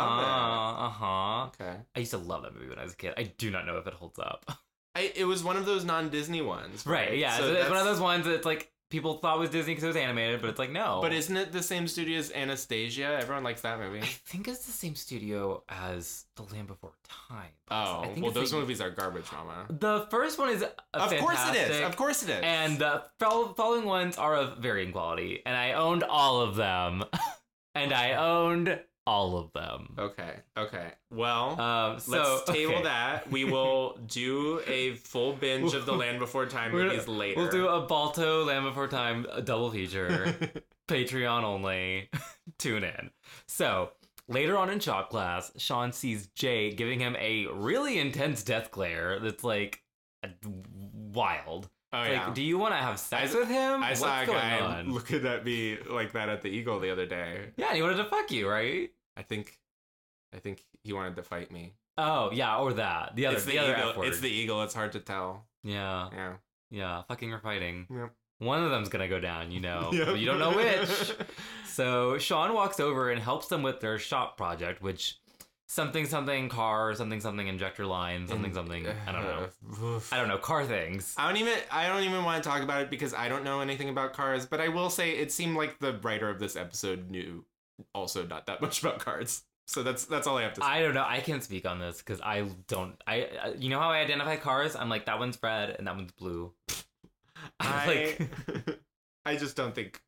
Speaker 1: Uh huh.
Speaker 2: it. Okay.
Speaker 1: I used to love that movie when I was a kid. I do not know if it holds up. (laughs)
Speaker 2: I, it was one of those non-Disney ones, right?
Speaker 1: Right? Yeah.
Speaker 2: So
Speaker 1: it's, it's one of
Speaker 2: that's-
Speaker 1: those ones that like people thought was Disney because it was animated, but it's like no.
Speaker 2: But isn't it the same studio as Anastasia? Everyone likes
Speaker 1: (laughs)
Speaker 2: that movie.
Speaker 1: I think it's the same studio as The Land Before Time.
Speaker 2: Oh,
Speaker 1: I think
Speaker 2: well,
Speaker 1: it's the-
Speaker 2: those movies are garbage, Mama.
Speaker 1: The first one is a
Speaker 2: Of course it is.
Speaker 1: fantastic-
Speaker 2: Of course it is.
Speaker 1: and the fol- following ones are of varying quality, and I owned all of them, (laughs) and I owned all of them.
Speaker 2: okay, okay. Well,
Speaker 1: Um, so
Speaker 2: let's table
Speaker 1: okay. (laughs)
Speaker 2: that. We will do a full binge of The Land Before Time
Speaker 1: We're-
Speaker 2: movies later.
Speaker 1: We'll
Speaker 2: (laughs)
Speaker 1: do a Balto Land Before Time uh, double feature,
Speaker 2: Oh,
Speaker 1: Patreon only. (laughs) Tune in. So later on in shop class, Sean sees Jay giving him a really intense death glare that's like uh, wild.
Speaker 2: oh
Speaker 1: like,
Speaker 2: yeah.
Speaker 1: do you want to have sex
Speaker 2: I-
Speaker 1: with him?
Speaker 2: I
Speaker 1: What's
Speaker 2: saw a
Speaker 1: going
Speaker 2: guy
Speaker 1: on?
Speaker 2: looking at me like that at the Eagle the other day.
Speaker 1: Yeah, he wanted to fuck you, right?
Speaker 2: I think, I think he wanted to fight me.
Speaker 1: Oh yeah, or that. The other,
Speaker 2: it's
Speaker 1: the,
Speaker 2: the,
Speaker 1: other
Speaker 2: eagle.
Speaker 1: F word.
Speaker 2: It's the Eagle. It's hard to tell.
Speaker 1: yeah,
Speaker 2: Yeah.
Speaker 1: yeah. Fucking or fighting.
Speaker 2: Yep.
Speaker 1: One of them's gonna go down, you
Speaker 2: (laughs)
Speaker 1: know.
Speaker 2: Yep.
Speaker 1: Oh, But you don't know
Speaker 2: (laughs)
Speaker 1: which. so Sean walks over and helps them with their shop project, which something something car something something injector line something something. I don't
Speaker 2: (laughs)
Speaker 1: know.
Speaker 2: Oof.
Speaker 1: I don't know car things.
Speaker 2: (laughs) I don't even I don't even want to talk about it because I don't know anything about cars, but I will say it seemed like the writer of this episode knew also not that much about cars. So that's that's all I have to say.
Speaker 1: I don't know. I can't speak on this because I don't. I I- you know how I identify cars? I'm like that one's red and that one's blue. (laughs) I was (laughs) like
Speaker 2: (laughs) I just don't think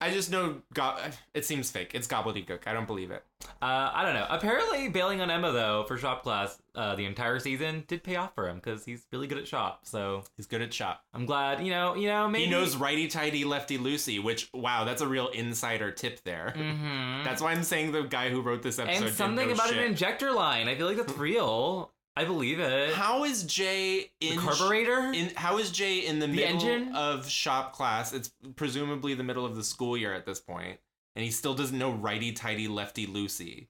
Speaker 2: I just know go- it seems fake. It's gobbledygook. I don't believe it.
Speaker 1: Uh, I don't know. Apparently, bailing on Emma though for shop class uh, the entire season did pay off for him because he's really good at shop. So
Speaker 2: He's good at shop.
Speaker 1: I'm glad. You know, you know, maybe (laughs)
Speaker 2: He knows righty tighty, lefty loosey, which wow, that's a real insider tip there.
Speaker 1: Mhm.
Speaker 2: That's why I'm saying the guy who wrote this episode
Speaker 1: and
Speaker 2: didn't
Speaker 1: something
Speaker 2: know
Speaker 1: about
Speaker 2: shit.
Speaker 1: an injector line. I feel like that's real. I believe it.
Speaker 2: How is Jay
Speaker 1: the
Speaker 2: in
Speaker 1: carburetor.
Speaker 2: In, how is Jay in the, middle
Speaker 1: engine?
Speaker 2: of shop class? It's presumably the middle of the school year at this point, and he still doesn't know righty tighty, lefty loosey.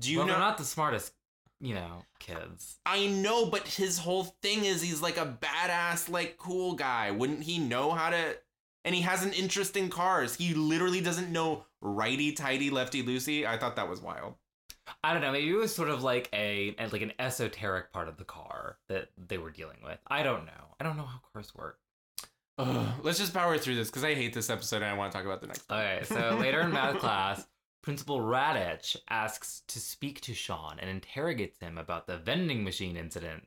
Speaker 2: Do you
Speaker 1: well,
Speaker 2: know?
Speaker 1: they're not the smartest, you know, kids.
Speaker 2: I know, but his whole thing is he's like a badass, like cool guy. Wouldn't he know how to? And he has an interest in cars. He literally doesn't know righty tighty, lefty loosey. I thought that was wild.
Speaker 1: I don't know. Maybe it was sort of like a and like an esoteric part of the car that they were dealing with. I don't know. I don't know how cars work.
Speaker 2: Ugh, let's just power through this because I hate this episode and I want to talk about the next.
Speaker 1: Okay, so later in math class, Principal Radich asks to speak to Sean and interrogates him about the vending machine incident.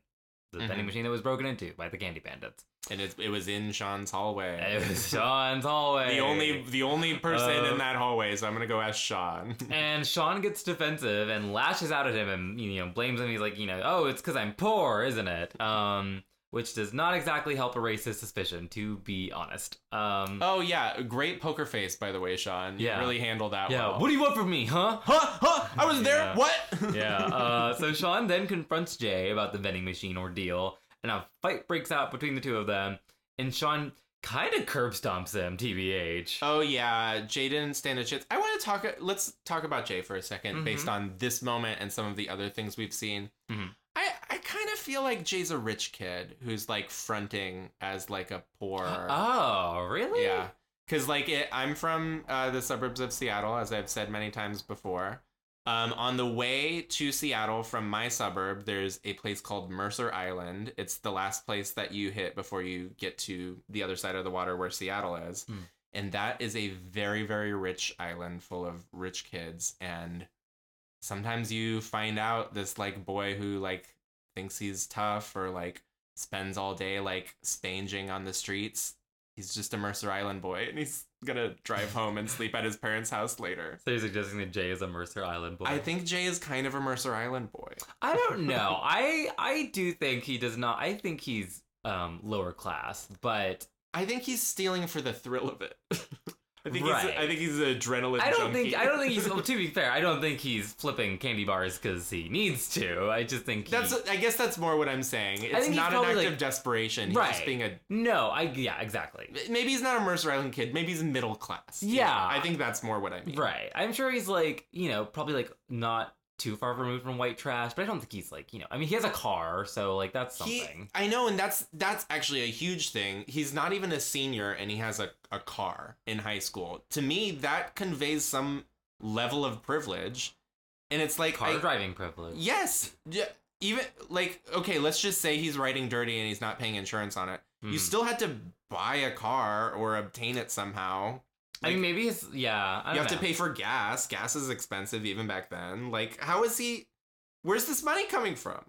Speaker 1: The vending
Speaker 2: Mhm.
Speaker 1: machine that was broken into by the candy bandits.
Speaker 2: And it, it was in Sean's hallway.
Speaker 1: It was Sean's hallway.
Speaker 2: (laughs) the only the only person
Speaker 1: Uh,
Speaker 2: in that hallway. So I'm gonna go
Speaker 1: (laughs)
Speaker 2: ask Sean. (laughs)
Speaker 1: And Sean gets defensive and lashes out at him and you know blames him. He's like, you know, oh, it's because I'm poor, isn't it? Um, which does not exactly help erase his suspicion, to be honest. Um,
Speaker 2: oh yeah, great poker face by the way, Sean. You
Speaker 1: Yeah.
Speaker 2: really handle that.
Speaker 1: yeah.
Speaker 2: well.
Speaker 1: What do you want from me, huh?
Speaker 2: Huh? Huh? I was there.
Speaker 1: Yeah.
Speaker 2: What? (laughs)
Speaker 1: yeah. Uh, so Sean then confronts Jay about the vending machine ordeal, and a fight breaks out between the two of them. And Sean kind of curb stomps him, tbh.
Speaker 2: oh yeah, Jay didn't stand a chance. I want to talk. Let's talk about Jay for a 2nd
Speaker 1: Mhm.
Speaker 2: based on this moment and some of the other things we've seen.
Speaker 1: Mhm.
Speaker 2: I I kind of feel like Jay's a rich kid who's like fronting as like a poor.
Speaker 1: (gasps) Oh, really?
Speaker 2: Yeah. Cause like it, I'm from uh, the suburbs of Seattle, as I've said many times before. Um, on the way to Seattle from my suburb, there's a place called Mercer Island. It's the last place that you hit before you get to the other side of the water where Seattle is.
Speaker 1: Hmm.
Speaker 2: And that is a very, very rich island full of rich kids. And sometimes you find out this like boy who like thinks he's tough or like spends all day like spanging on the streets. He's just a Mercer Island boy and he's gonna drive
Speaker 1: (laughs)
Speaker 2: home and sleep at his parents' house later.
Speaker 1: So you're suggesting that Jay is a Mercer Island boy?
Speaker 2: I think Jay is kind of a Mercer Island boy.
Speaker 1: I don't know. I I do think he does not. I think he's um lower class, but
Speaker 2: I think he's stealing for the thrill of it. (laughs) I think he's
Speaker 1: Right.
Speaker 2: I think he's an adrenaline.
Speaker 1: I don't
Speaker 2: junkie.
Speaker 1: think I don't think
Speaker 2: (laughs)
Speaker 1: he's. well, to be fair, I don't think he's flipping candy bars because he needs to. I just think he,
Speaker 2: that's I guess that's more what I'm saying.
Speaker 1: think
Speaker 2: It's
Speaker 1: he's
Speaker 2: not an act
Speaker 1: probably,
Speaker 2: of
Speaker 1: like-
Speaker 2: desperation. He's just
Speaker 1: Right.
Speaker 2: being a
Speaker 1: no. I yeah, exactly.
Speaker 2: maybe he's not a Mercer Island kid. Maybe he's middle class. You
Speaker 1: Yeah.
Speaker 2: know, I think that's more what I mean.
Speaker 1: Right. I'm sure he's like you know probably like not too far removed from white trash, but I don't think he's like you know. I mean, he has a car, so like that's something.
Speaker 2: He, I know, and that's that's actually a huge thing. He's not even a senior, and he has a, a car in high school. To me, that conveys some level of privilege, and it's like
Speaker 1: car
Speaker 2: I-
Speaker 1: driving privilege.
Speaker 2: yes, yeah, even like okay, let's just say he's riding dirty and he's not paying insurance on it. You
Speaker 1: Mm.
Speaker 2: still had to buy a car or obtain it somehow.
Speaker 1: I mean, maybe it's yeah. I
Speaker 2: You
Speaker 1: don't
Speaker 2: have to
Speaker 1: know.
Speaker 2: pay for gas. Gas is expensive even back then. Like, how is he? Where's this money coming from?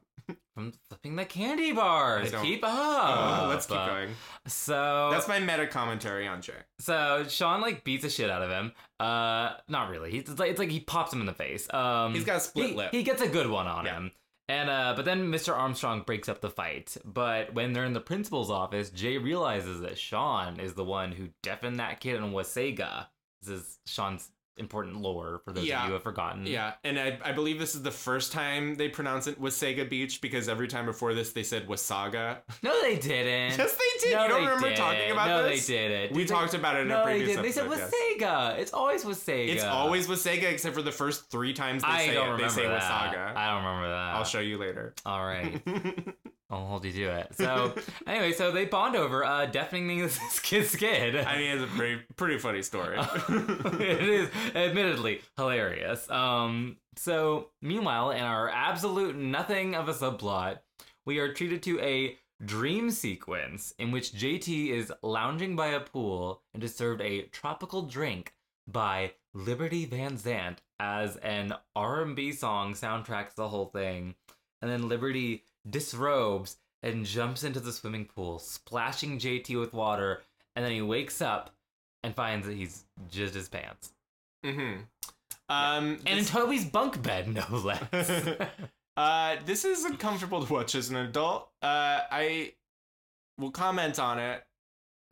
Speaker 1: from flipping the candy bars.
Speaker 2: don't-
Speaker 1: Keep
Speaker 2: Uh,
Speaker 1: up.
Speaker 2: let's keep
Speaker 1: Uh, Oh.
Speaker 2: going.
Speaker 1: So
Speaker 2: That's my meta commentary on Jay.
Speaker 1: So Sean like beats the shit out of him. Uh, not really. He's it's like it's like he pops him in the face. Um,
Speaker 2: He's got a split
Speaker 1: he,
Speaker 2: lip.
Speaker 1: He gets a good one on
Speaker 2: Yeah.
Speaker 1: him. And uh, but then Mr. Armstrong breaks up the fight. But when they're in the principal's office, Jay realizes that Sean is the one who deafened that kid in Wasega. This is Sean's important lore for those
Speaker 2: Yeah.
Speaker 1: of you who have forgotten.
Speaker 2: Yeah, and I, I believe this is the first time they pronounce it Wasaga Beach because every time before this they said Wasaga.
Speaker 1: No, they didn't.
Speaker 2: (laughs) yes, they did.
Speaker 1: No,
Speaker 2: you don't
Speaker 1: they
Speaker 2: remember talking
Speaker 1: didn't.
Speaker 2: about
Speaker 1: no,
Speaker 2: this?
Speaker 1: they didn't.
Speaker 2: We
Speaker 1: Did they-
Speaker 2: talked about it in a
Speaker 1: No, they
Speaker 2: previous
Speaker 1: didn't. They said
Speaker 2: episode. yes.
Speaker 1: Wasega. It's always Wasega.
Speaker 2: It's always Wasaga except for the first three times they
Speaker 1: I
Speaker 2: say
Speaker 1: don't
Speaker 2: it. They
Speaker 1: remember
Speaker 2: say
Speaker 1: that.
Speaker 2: Wasaga.
Speaker 1: I uh, don't remember that.
Speaker 2: I'll show
Speaker 1: (laughs)
Speaker 2: you later. (laughs)
Speaker 1: All right, I'll hold you to it. So anyway, so they bond over uh, deafening (laughs) this kid's kid.
Speaker 2: I mean, it's a pretty pretty funny story.
Speaker 1: (laughs) it
Speaker 2: (laughs)
Speaker 1: is admittedly hilarious. Um, so meanwhile, in our absolute nothing of a subplot, we are treated to a dream sequence in which JT is lounging by a pool and is served a tropical drink by Liberty Van Zant as an R&B song soundtracks the whole thing. And then Liberty disrobes and jumps into the swimming pool, splashing JT with water, and then he wakes up and finds that he's jizzed his pants.
Speaker 2: hmm Um,
Speaker 1: And in
Speaker 2: this,
Speaker 1: Toby's bunk bed, no (laughs) less.
Speaker 2: uh, this is uncomfortable to watch as an adult. Uh, I will comment on it.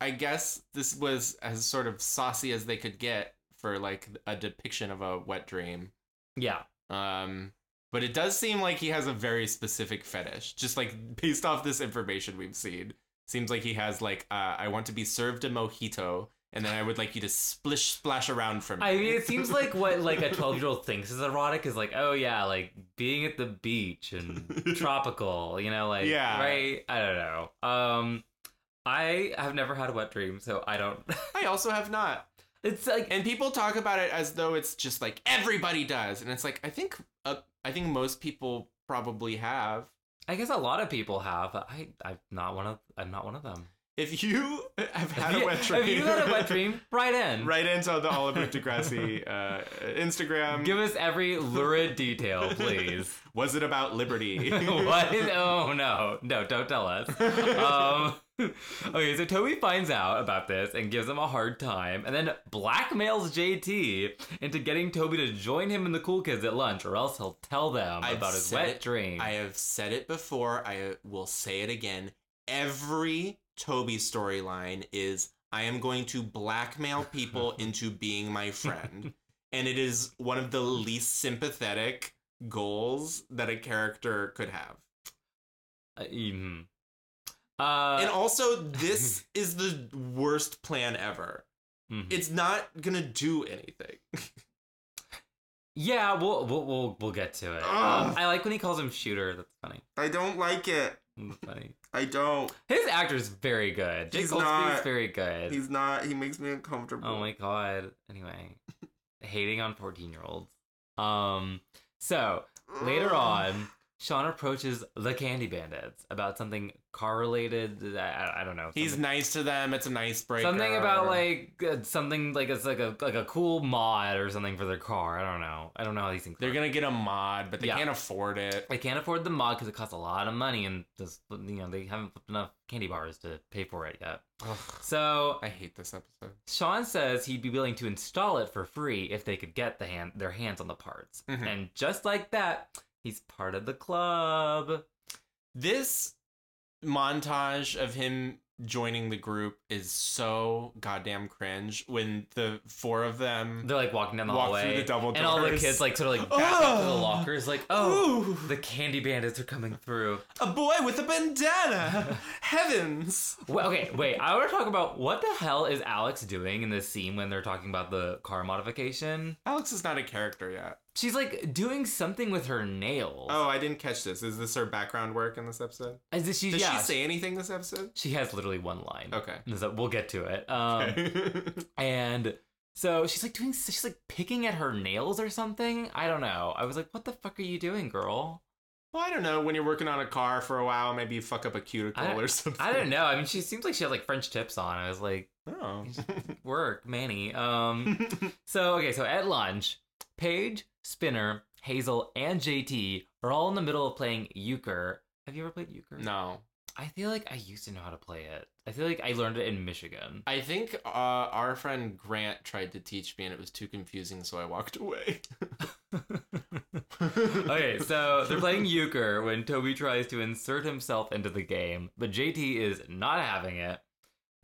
Speaker 2: I guess this was as sort of saucy as they could get for like a depiction of a wet dream.
Speaker 1: yeah.
Speaker 2: Um, but it does seem like he has a very specific fetish, just like based off this information we've seen. Seems like he has like uh, I want to be served a mojito, and then I would like you to splish splash around for me.
Speaker 1: I mean, it seems like what like a 12 year old thinks is erotic is like, oh yeah, like being at the beach (laughs) and tropical, you know, like
Speaker 2: Yeah.
Speaker 1: right? I don't know. Um I have never had a wet dream, so I don't (laughs)
Speaker 2: I also have not.
Speaker 1: It's like
Speaker 2: And people talk about it as though it's just like everybody does, and it's like I think uh, I think most people probably have.
Speaker 1: I guess a lot of people have. but I I'm not one of I'm not one of them.
Speaker 2: If you (laughs) have had
Speaker 1: If
Speaker 2: a
Speaker 1: you-
Speaker 2: wet dream,
Speaker 1: If you had a wet
Speaker 2: (laughs)
Speaker 1: dream, (laughs) right in.
Speaker 2: right into the
Speaker 1: (laughs)
Speaker 2: Oliver Degrassi uh, Instagram.
Speaker 1: Give us every lurid detail, please.
Speaker 2: Was it about
Speaker 1: (laughs)
Speaker 2: liberty?
Speaker 1: what? is- Oh no, no! Don't tell us. Um, (laughs) okay, so Toby finds out about this and gives him a hard time, and then blackmails JT into getting Toby to join him and the cool kids at lunch, or else he'll tell them
Speaker 2: I've
Speaker 1: about his
Speaker 2: said
Speaker 1: wet
Speaker 2: it.
Speaker 1: dream.
Speaker 2: I have said it before. I will say it again. Every Toby storyline is I am going to (laughs) blackmail people into being my friend. (laughs) And it is one of the least sympathetic goals that a character could have.
Speaker 1: Uh, mhm. Uh,
Speaker 2: and also, (laughs) this is the worst plan ever.
Speaker 1: mhm.
Speaker 2: It's not going to do anything.
Speaker 1: Yeah, we'll we'll we'll, we'll get to it. Um,
Speaker 2: Ugh.
Speaker 1: I like when he calls him shooter. That's funny.
Speaker 2: I don't like it.
Speaker 1: That's funny.
Speaker 2: I don't.
Speaker 1: His actor's very good. Jake
Speaker 2: He's
Speaker 1: Goldsby's
Speaker 2: not-
Speaker 1: very good.
Speaker 2: He's not. He makes me uncomfortable. (laughs)
Speaker 1: Oh my god. Anyway, hating on 14 year olds. Um, so later on, Sean approaches the Candy Bandits about something car related. I, I don't know.
Speaker 2: He's
Speaker 1: something,
Speaker 2: nice to them. It's a nice break.
Speaker 1: something about like uh, something like it's like a like a cool mod or something for their car. I don't know. I don't know how these things.
Speaker 2: they're
Speaker 1: work.
Speaker 2: gonna get a mod, but they
Speaker 1: Yeah.
Speaker 2: can't afford it.
Speaker 1: They can't afford the mod because it costs a lot of money, and this, you know they haven't flipped enough candy bars to pay for it yet.
Speaker 2: Ugh,
Speaker 1: So
Speaker 2: I hate this episode.
Speaker 1: Sean says he'd be willing to install it for free if they could get the hand their hands on the parts.
Speaker 2: Mhm.
Speaker 1: And just like that, he's part of the club.
Speaker 2: This montage of him joining the group is so goddamn cringe. When the four of them,
Speaker 1: They're like walking down the
Speaker 2: Walk through
Speaker 1: hallway,
Speaker 2: the double
Speaker 1: and all the
Speaker 2: doors.
Speaker 1: kids like sort of like back up to the
Speaker 2: Ugh.
Speaker 1: lockers, like, "Oh,
Speaker 2: Ooh,
Speaker 1: the candy bandits are coming through."
Speaker 2: a boy with
Speaker 1: (laughs)
Speaker 2: a bandana. Heavens.
Speaker 1: Well, okay, wait. I want to talk about what the hell is Alex doing in this scene when they're talking about the car modification.
Speaker 2: Alex is not a character yet.
Speaker 1: She's like doing something with her nails.
Speaker 2: Oh, I didn't catch this. Is this her background work in this episode?
Speaker 1: Is this- she,
Speaker 2: Did
Speaker 1: yeah,
Speaker 2: she say anything this episode?
Speaker 1: she has literally one line.
Speaker 2: Okay.
Speaker 1: And so we'll get to it. Um, And so she's like doing, she's like picking at her nails or something. I don't know. I was like, what the fuck are you doing, girl?
Speaker 2: (laughs) well, I don't know. When you're working on a car for a while, maybe you fuck up a
Speaker 1: I-
Speaker 2: cuticle or something. Oh.
Speaker 1: I don't know. I mean, she seems like she had like French tips on. I was like,
Speaker 2: know.
Speaker 1: work, Manny. Um, so, okay, so at lunch, Paige, Spinner, Hazel, and JT are all in the middle of playing euchre. Have you ever played euchre?
Speaker 2: no.
Speaker 1: I feel like I used to know how to play it. I feel like I learned it in Michigan. (laughs)
Speaker 2: I think uh, our friend Grant tried to teach me, and it was too confusing, so I walked away.
Speaker 1: (laughs) Okay, so they're
Speaker 2: (laughs)
Speaker 1: playing euchre when Toby tries to insert himself into the game, but JT is not having it.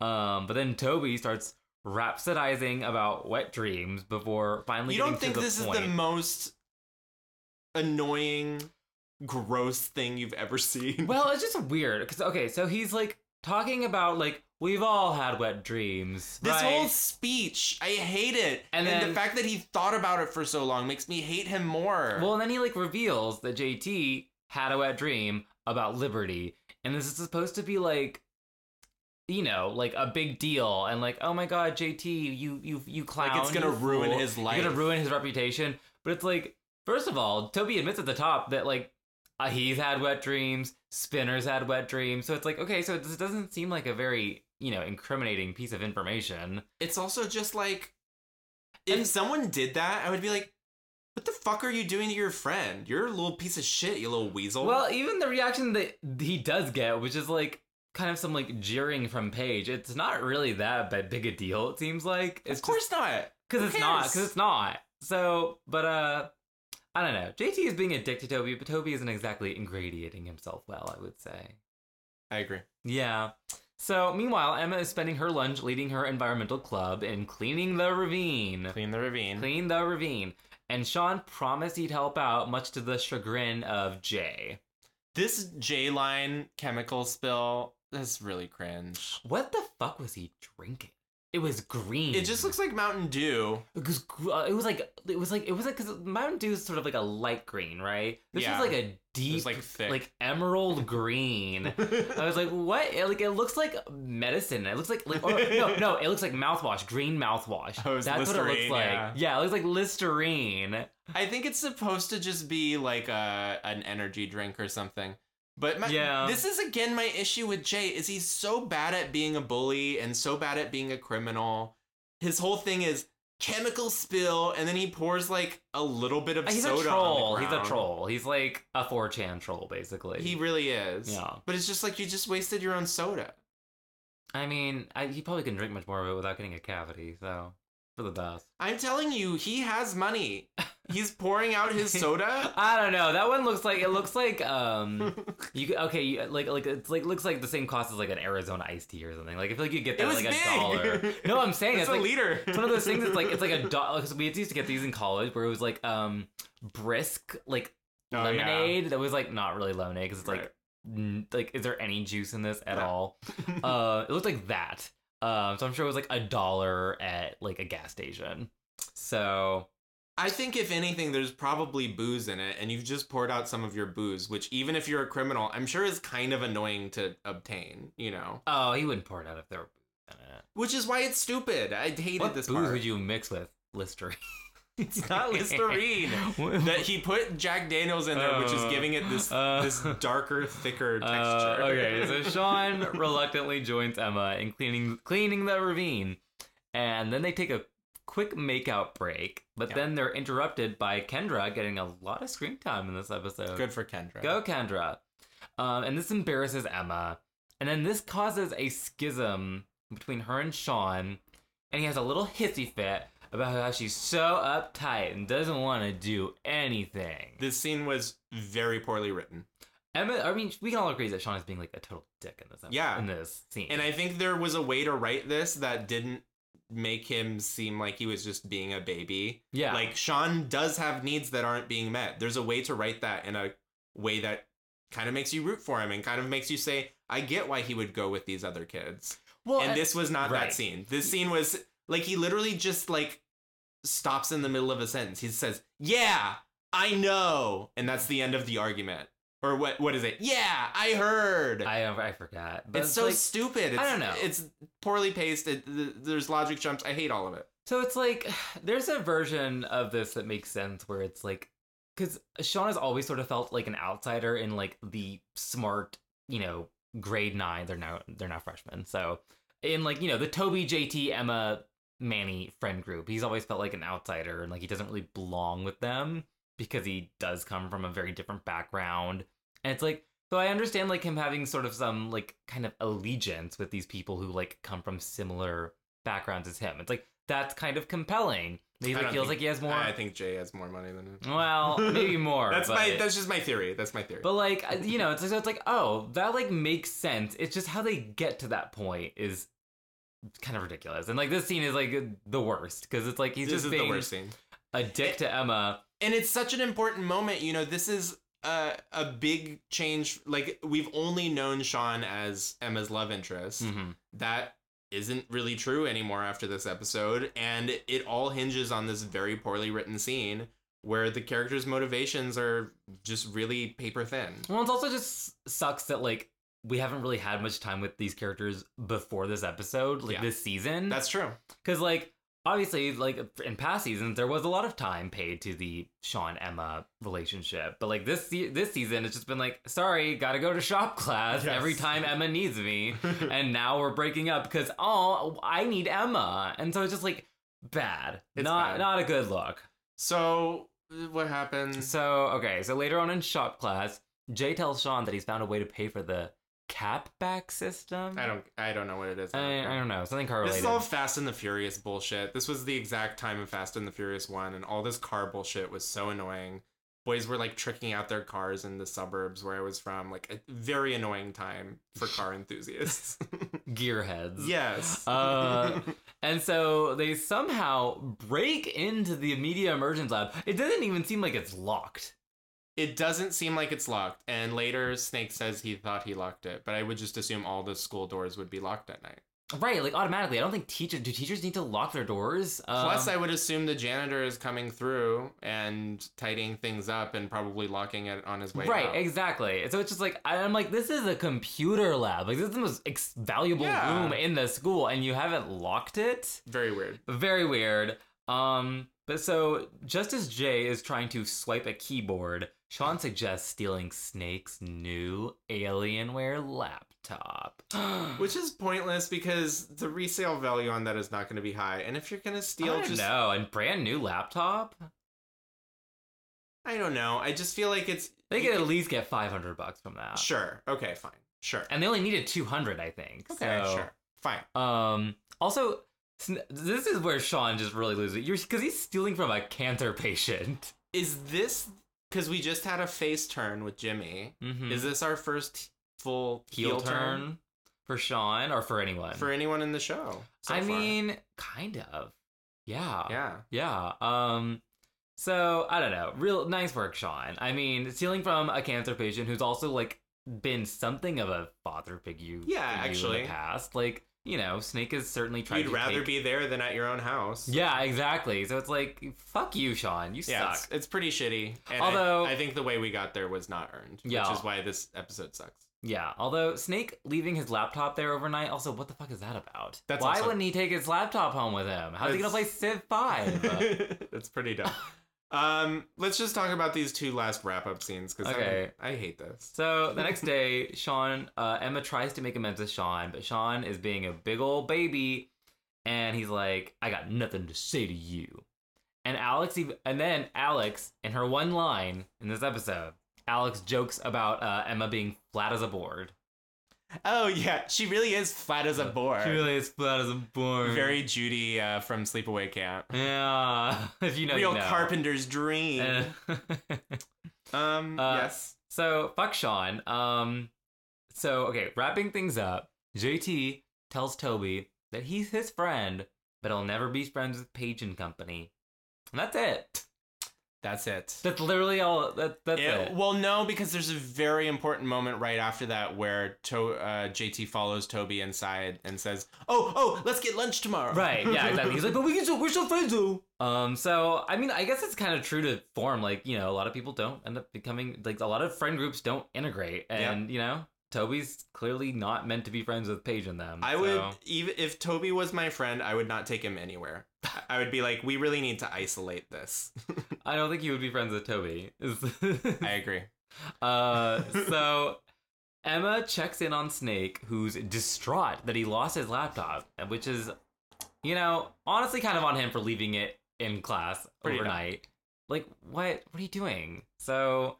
Speaker 1: Um, but then Toby starts rhapsodizing about wet dreams before finally.
Speaker 2: you don't
Speaker 1: getting
Speaker 2: think
Speaker 1: to the
Speaker 2: this
Speaker 1: point.
Speaker 2: is the most annoying, gross thing you've ever seen?
Speaker 1: well, it's just weird because okay, so he's like talking about like we've all had wet dreams.
Speaker 2: This
Speaker 1: right?
Speaker 2: whole speech, I hate it.
Speaker 1: And
Speaker 2: And,
Speaker 1: then-
Speaker 2: the fact that he thought about it for so long makes me hate him more.
Speaker 1: Well, and then he like reveals that JT had a wet dream about liberty, and this is supposed to be like, you know, like a big deal, and like, oh my god, JT, you you you clown,
Speaker 2: like it's gonna
Speaker 1: you
Speaker 2: ruin
Speaker 1: fool.
Speaker 2: his
Speaker 1: you're
Speaker 2: life.
Speaker 1: gonna ruin his reputation. But it's like, first of all, Toby admits at the top that like. Uh, he's had wet dreams. Spinner's had wet dreams. So it's like, okay, so this doesn't seem like a very, you know, incriminating piece of information.
Speaker 2: it's also just like if
Speaker 1: And-
Speaker 2: someone did that, I would be like, "What the fuck are you doing to your friend? You're a little piece of shit, you little weasel."
Speaker 1: Well, even the reaction that he does get, which is like kind of some like jeering from Paige, it's not really that ba- big a deal. It seems like it's
Speaker 2: of course not.
Speaker 1: because
Speaker 2: who
Speaker 1: it's not because
Speaker 2: cares?
Speaker 1: it's not. So, but uh, I don't know. JT is being a dick to Toby, but Toby isn't exactly ingratiating himself well. I would say.
Speaker 2: I agree.
Speaker 1: Yeah. So, meanwhile, Emma is spending her lunch leading her environmental club and cleaning the ravine.
Speaker 2: Clean the ravine.
Speaker 1: Clean the ravine. And Sean promised he'd help out, much to the chagrin of Jay.
Speaker 2: This J line chemical spill is really cringe.
Speaker 1: What the fuck was he drinking? It was green.
Speaker 2: It just looks like Mountain Dew.
Speaker 1: It was, gr- uh, it was like it was like it was like because Mountain Dew is sort of like a light green, right? This
Speaker 2: Yeah.
Speaker 1: was like a
Speaker 2: It
Speaker 1: deep,
Speaker 2: was
Speaker 1: like,
Speaker 2: like thick.
Speaker 1: emerald green. I was like, what? It, like it looks like medicine. It looks like, like or,
Speaker 2: (laughs)
Speaker 1: no, no. It looks like mouthwash, green mouthwash.
Speaker 2: Oh,
Speaker 1: That's
Speaker 2: it's
Speaker 1: what it looks
Speaker 2: Listerine,
Speaker 1: like.
Speaker 2: yeah.
Speaker 1: it looks like Listerine.
Speaker 2: (laughs) I think it's supposed to just be like a an energy drink or something. But my,
Speaker 1: Yeah.
Speaker 2: this is again my issue with Jay is he's so bad at being a bully and so bad at being a criminal. His whole thing is chemical spill, and then he pours like a little bit of
Speaker 1: He's
Speaker 2: soda.
Speaker 1: a troll.
Speaker 2: On the
Speaker 1: He's a
Speaker 2: ground.
Speaker 1: troll. He's like a 4chan troll, basically.
Speaker 2: He really is.
Speaker 1: Yeah.
Speaker 2: But it's just like you just wasted your own soda.
Speaker 1: I mean, I, he probably can drink much more of it without getting a cavity. So, for the best.
Speaker 2: I'm telling you, he
Speaker 1: (laughs)
Speaker 2: has money. He's pouring out his soda.
Speaker 1: I don't know. That one looks like it looks like
Speaker 2: (laughs)
Speaker 1: um you could- okay you, like like it's like looks like the same cost as like an Arizona iced tea or something. Like I feel like you get
Speaker 2: It
Speaker 1: that
Speaker 2: was
Speaker 1: like
Speaker 2: big.
Speaker 1: a
Speaker 2: (laughs)
Speaker 1: dollar. No, I'm saying
Speaker 2: it's
Speaker 1: it's,
Speaker 2: a
Speaker 1: like
Speaker 2: liter.
Speaker 1: it's one of those things. It's like it's
Speaker 2: (laughs)
Speaker 1: like a (laughs) dollar because we used to get these in college where it was like um brisk like
Speaker 2: Oh, yeah.
Speaker 1: lemonade that was like not really lemonade because it's like
Speaker 2: Right.
Speaker 1: n- like is there any juice in this at
Speaker 2: No. (laughs)
Speaker 1: all? uh, it looked like that. Um, so I'm sure it was like a dollar at like a gas station. So
Speaker 2: I think if anything, there's probably booze in it, and you've just poured out some of your booze, which even if you're a criminal, I'm sure is kind of annoying to obtain. You know,
Speaker 1: Oh, he wouldn't pour it out if there were booze in it.
Speaker 2: which is why it's stupid. I hated
Speaker 1: What
Speaker 2: this
Speaker 1: booze
Speaker 2: part.
Speaker 1: would you mix with Listerine?
Speaker 2: (laughs)
Speaker 1: (laughs)
Speaker 2: it's not Listerine. (laughs) that he put Jack Daniels in there, which is
Speaker 1: Uh,
Speaker 2: giving
Speaker 1: (laughs)
Speaker 2: it this
Speaker 1: uh,
Speaker 2: this darker, thicker texture.
Speaker 1: Uh, okay, so
Speaker 2: (laughs)
Speaker 1: Sean reluctantly joins Emma in cleaning cleaning the ravine, and then they take a quick makeout break. But
Speaker 2: Yeah.
Speaker 1: then they're interrupted by Kendra getting a lot of screen time in this episode.
Speaker 2: good for Kendra.
Speaker 1: Go Kendra, um, and this embarrasses Emma, and then this causes a schism between her and Sean, and he has a little hissy fit about how she's so uptight and doesn't want to do anything.
Speaker 2: This scene was very poorly written,
Speaker 1: Emma, I mean, we can all agree that Sean is being like a total dick in this. episode-
Speaker 2: Yeah.
Speaker 1: in this scene,
Speaker 2: and I think there was a way to write this that didn't make him seem like he was just being a baby.
Speaker 1: yeah,
Speaker 2: Like Sean does have needs that aren't being met. There's a way to write that in a way that kind of makes you root for him and kind of makes you say, "I get why he would go with these other kids."
Speaker 1: well,
Speaker 2: and this was not
Speaker 1: right.
Speaker 2: that scene. This scene was like he literally just like stops in the middle of a sentence. He says, "Yeah, I know," and that's the end of the argument. Or what? What is it? Yeah, I heard.
Speaker 1: I I forgot. But
Speaker 2: it's so
Speaker 1: like-
Speaker 2: stupid. It's,
Speaker 1: I don't know.
Speaker 2: It's poorly paced. It, th- there's logic jumps. I hate all of it.
Speaker 1: so it's like (sighs) there's a version of this that makes sense where it's like because Sean has always sort of felt like an outsider in like the smart, you know, grade nine. They're now they're now freshmen, so in like you know the Toby, JT, Emma, Manny friend group, he's always felt like an outsider and like he doesn't really belong with them because he does come from a very different background. And it's like, so I understand like him having sort of some like kind of allegiance with these people who like come from similar backgrounds as him. It's like that's kind of compelling. He
Speaker 2: I
Speaker 1: like
Speaker 2: don't
Speaker 1: feels
Speaker 2: think-
Speaker 1: like he has more.
Speaker 2: I think Jay has more money than him.
Speaker 1: well,
Speaker 2: (laughs)
Speaker 1: maybe more.
Speaker 2: that's
Speaker 1: but,
Speaker 2: my. That's just my theory. That's my theory.
Speaker 1: But like I- you know, it's like, so it's like oh that like makes sense. It's just how they get to that point is kind of ridiculous. And like this scene is like the worst because it's like he's
Speaker 2: this
Speaker 1: just
Speaker 2: is
Speaker 1: being
Speaker 2: the worst scene.
Speaker 1: a dick to Emma.
Speaker 2: and it's such an important moment you know this is a, a big change like we've only known sean as emma's love interest
Speaker 1: Mhm.
Speaker 2: that isn't really true anymore after this episode and it all hinges on this very poorly written scene where the character's motivations are just really paper thin
Speaker 1: Well, it's also just sucks that like we haven't really had much time with these characters before this episode, like
Speaker 2: Yeah.
Speaker 1: this season.
Speaker 2: that's
Speaker 1: (laughs)
Speaker 2: true
Speaker 1: because like obviously like in past seasons there was a lot of time paid to the Sean Emma relationship but like this se- this season it's just been like sorry gotta go to shop class
Speaker 2: Yes.
Speaker 1: every time Emma needs me and now we're breaking up because oh I need Emma and so it's just like bad
Speaker 2: It's
Speaker 1: not
Speaker 2: bad.
Speaker 1: not a good look
Speaker 2: so what happens
Speaker 1: so okay so later on in shop class Jay tells Sean that he's found a way to pay for the cap back system
Speaker 2: i don't i don't know what it is
Speaker 1: I, I don't know something car related
Speaker 2: This is all Fast and the Furious bullshit. This was the exact time of Fast and the Furious 1, and all this car bullshit was so annoying. Boys were like tricking out their cars in the suburbs where I was from. Like a very annoying time
Speaker 1: (laughs)
Speaker 2: for car enthusiasts. (laughs)
Speaker 1: gearheads
Speaker 2: yes.
Speaker 1: Uh, And so they somehow break into the media immersions lab. It doesn't even seem like it's locked.
Speaker 2: (laughs) it doesn't seem like it's locked. And later, Snake says he thought he locked it, but I would just assume all the school doors would be locked at night.
Speaker 1: Right, like automatically. I don't think teachers do teachers need to lock their doors. Um,
Speaker 2: Plus, I would assume the janitor is coming through and tidying things up and probably locking it on his way
Speaker 1: right,
Speaker 2: out.
Speaker 1: exactly. So it's just like I- I'm like this is a computer lab. Like this is the most ex- valuable
Speaker 2: Yeah.
Speaker 1: room in the school, and you haven't locked it.
Speaker 2: Very weird.
Speaker 1: Very weird. Um, but so just as Jay is trying to swipe a keyboard, Sean suggests stealing Snake's new Alienware laptop,
Speaker 2: (gasps)
Speaker 1: (gasps)
Speaker 2: Which is pointless because the resale value on that is not going to be high. And if you're going to steal,
Speaker 1: I don't
Speaker 2: just
Speaker 1: know, and brand new laptop.
Speaker 2: I don't know. I just feel like it's Ah.
Speaker 1: They could at least get five hundred bucks from that,
Speaker 2: sure. Okay, fine. Sure.
Speaker 1: and they only needed two hundred, I think.
Speaker 2: Okay,
Speaker 1: so,
Speaker 2: sure. Fine.
Speaker 1: Um. Also, sn- this is where Sean just really loses it. You're because he's stealing from a cancer patient.
Speaker 2: Is this because we just had a face turn with Jimmy?
Speaker 1: Mm-hmm.
Speaker 2: Is this our first full
Speaker 1: heel, turn, for Sean or for anyone?
Speaker 2: for anyone in the show? so
Speaker 1: I
Speaker 2: far?
Speaker 1: mean, uh, kind of. Yeah.
Speaker 2: yeah.
Speaker 1: Yeah. Um so I don't know. Real nice work, Sean. I mean, stealing from a cancer patient who's also like been something of a father figure.
Speaker 2: Yeah,
Speaker 1: for you in
Speaker 2: actually.
Speaker 1: the past. Like you know, Snake has certainly tried.
Speaker 2: You'd
Speaker 1: to
Speaker 2: rather
Speaker 1: take-
Speaker 2: be there than at your own
Speaker 1: (laughs)
Speaker 2: house.
Speaker 1: Yeah, exactly. So it's like, fuck you, Sean. You
Speaker 2: Yeah, it's,
Speaker 1: suck.
Speaker 2: it's pretty shitty. And I-
Speaker 1: Although-
Speaker 2: I, think the way we got there was not earned,
Speaker 1: Yeah.
Speaker 2: which is why this episode sucks.
Speaker 1: Yeah. Although Snake leaving his laptop there overnight, also, what the fuck is that about?
Speaker 2: That's
Speaker 1: Why
Speaker 2: also-
Speaker 1: wouldn't he take his laptop home with him? How's he gonna play
Speaker 2: That's-
Speaker 1: Civ
Speaker 2: (laughs)
Speaker 1: Five?
Speaker 2: That's pretty dumb. um, let's just talk about these two last wrap up scenes because
Speaker 1: Okay.
Speaker 2: I, hate this.
Speaker 1: so the next day, Sean, uh, Emma tries to make amends with Sean, but Sean is being a big old baby, and he's like, "I got nothing to say to you." And Alex, even, and then Alex, in her one line in this episode, Alex jokes about uh, Emma being flat as a board.
Speaker 2: Oh yeah, she really is flat as a board.
Speaker 1: She really is flat as a board.
Speaker 2: Very Judy uh, from Sleepaway Camp.
Speaker 1: Yeah, (laughs) if you know,
Speaker 2: Real
Speaker 1: you know.
Speaker 2: carpenter's dream.
Speaker 1: Uh, (laughs)
Speaker 2: um,
Speaker 1: Uh,
Speaker 2: yes.
Speaker 1: so fuck Sean. Um, so okay, wrapping things up. JT tells Toby that he's his friend, but he'll never be friends with Page and Company. And that's it.
Speaker 2: That's it.
Speaker 1: That's literally all. That that's
Speaker 2: Yeah,
Speaker 1: it.
Speaker 2: Well, no, because there's a very important moment right after that where to- uh, JT follows Toby inside and says, "Oh, oh, let's get lunch tomorrow."
Speaker 1: Right, yeah,
Speaker 2: (laughs)
Speaker 1: exactly. He's like, but we can still, we're still friends though. Um, so I mean, I guess it's kind of true to form. Like, you know, a lot of people don't end up becoming like a lot of friend groups don't integrate, and you know, Toby's clearly not meant to be friends with Paige and them.
Speaker 2: I
Speaker 1: so-
Speaker 2: would even if Toby was my friend, I would not take him anywhere. I would be like, "We really need to isolate this."
Speaker 1: I don't think you would be friends with Toby.
Speaker 2: I agree.
Speaker 1: (laughs) uh, so Emma checks in on Snake, who's distraught that he lost his laptop, which is, you know, honestly kind of on him for leaving it in class
Speaker 2: Pretty dumb.
Speaker 1: overnight. Like, what? What are you doing? So,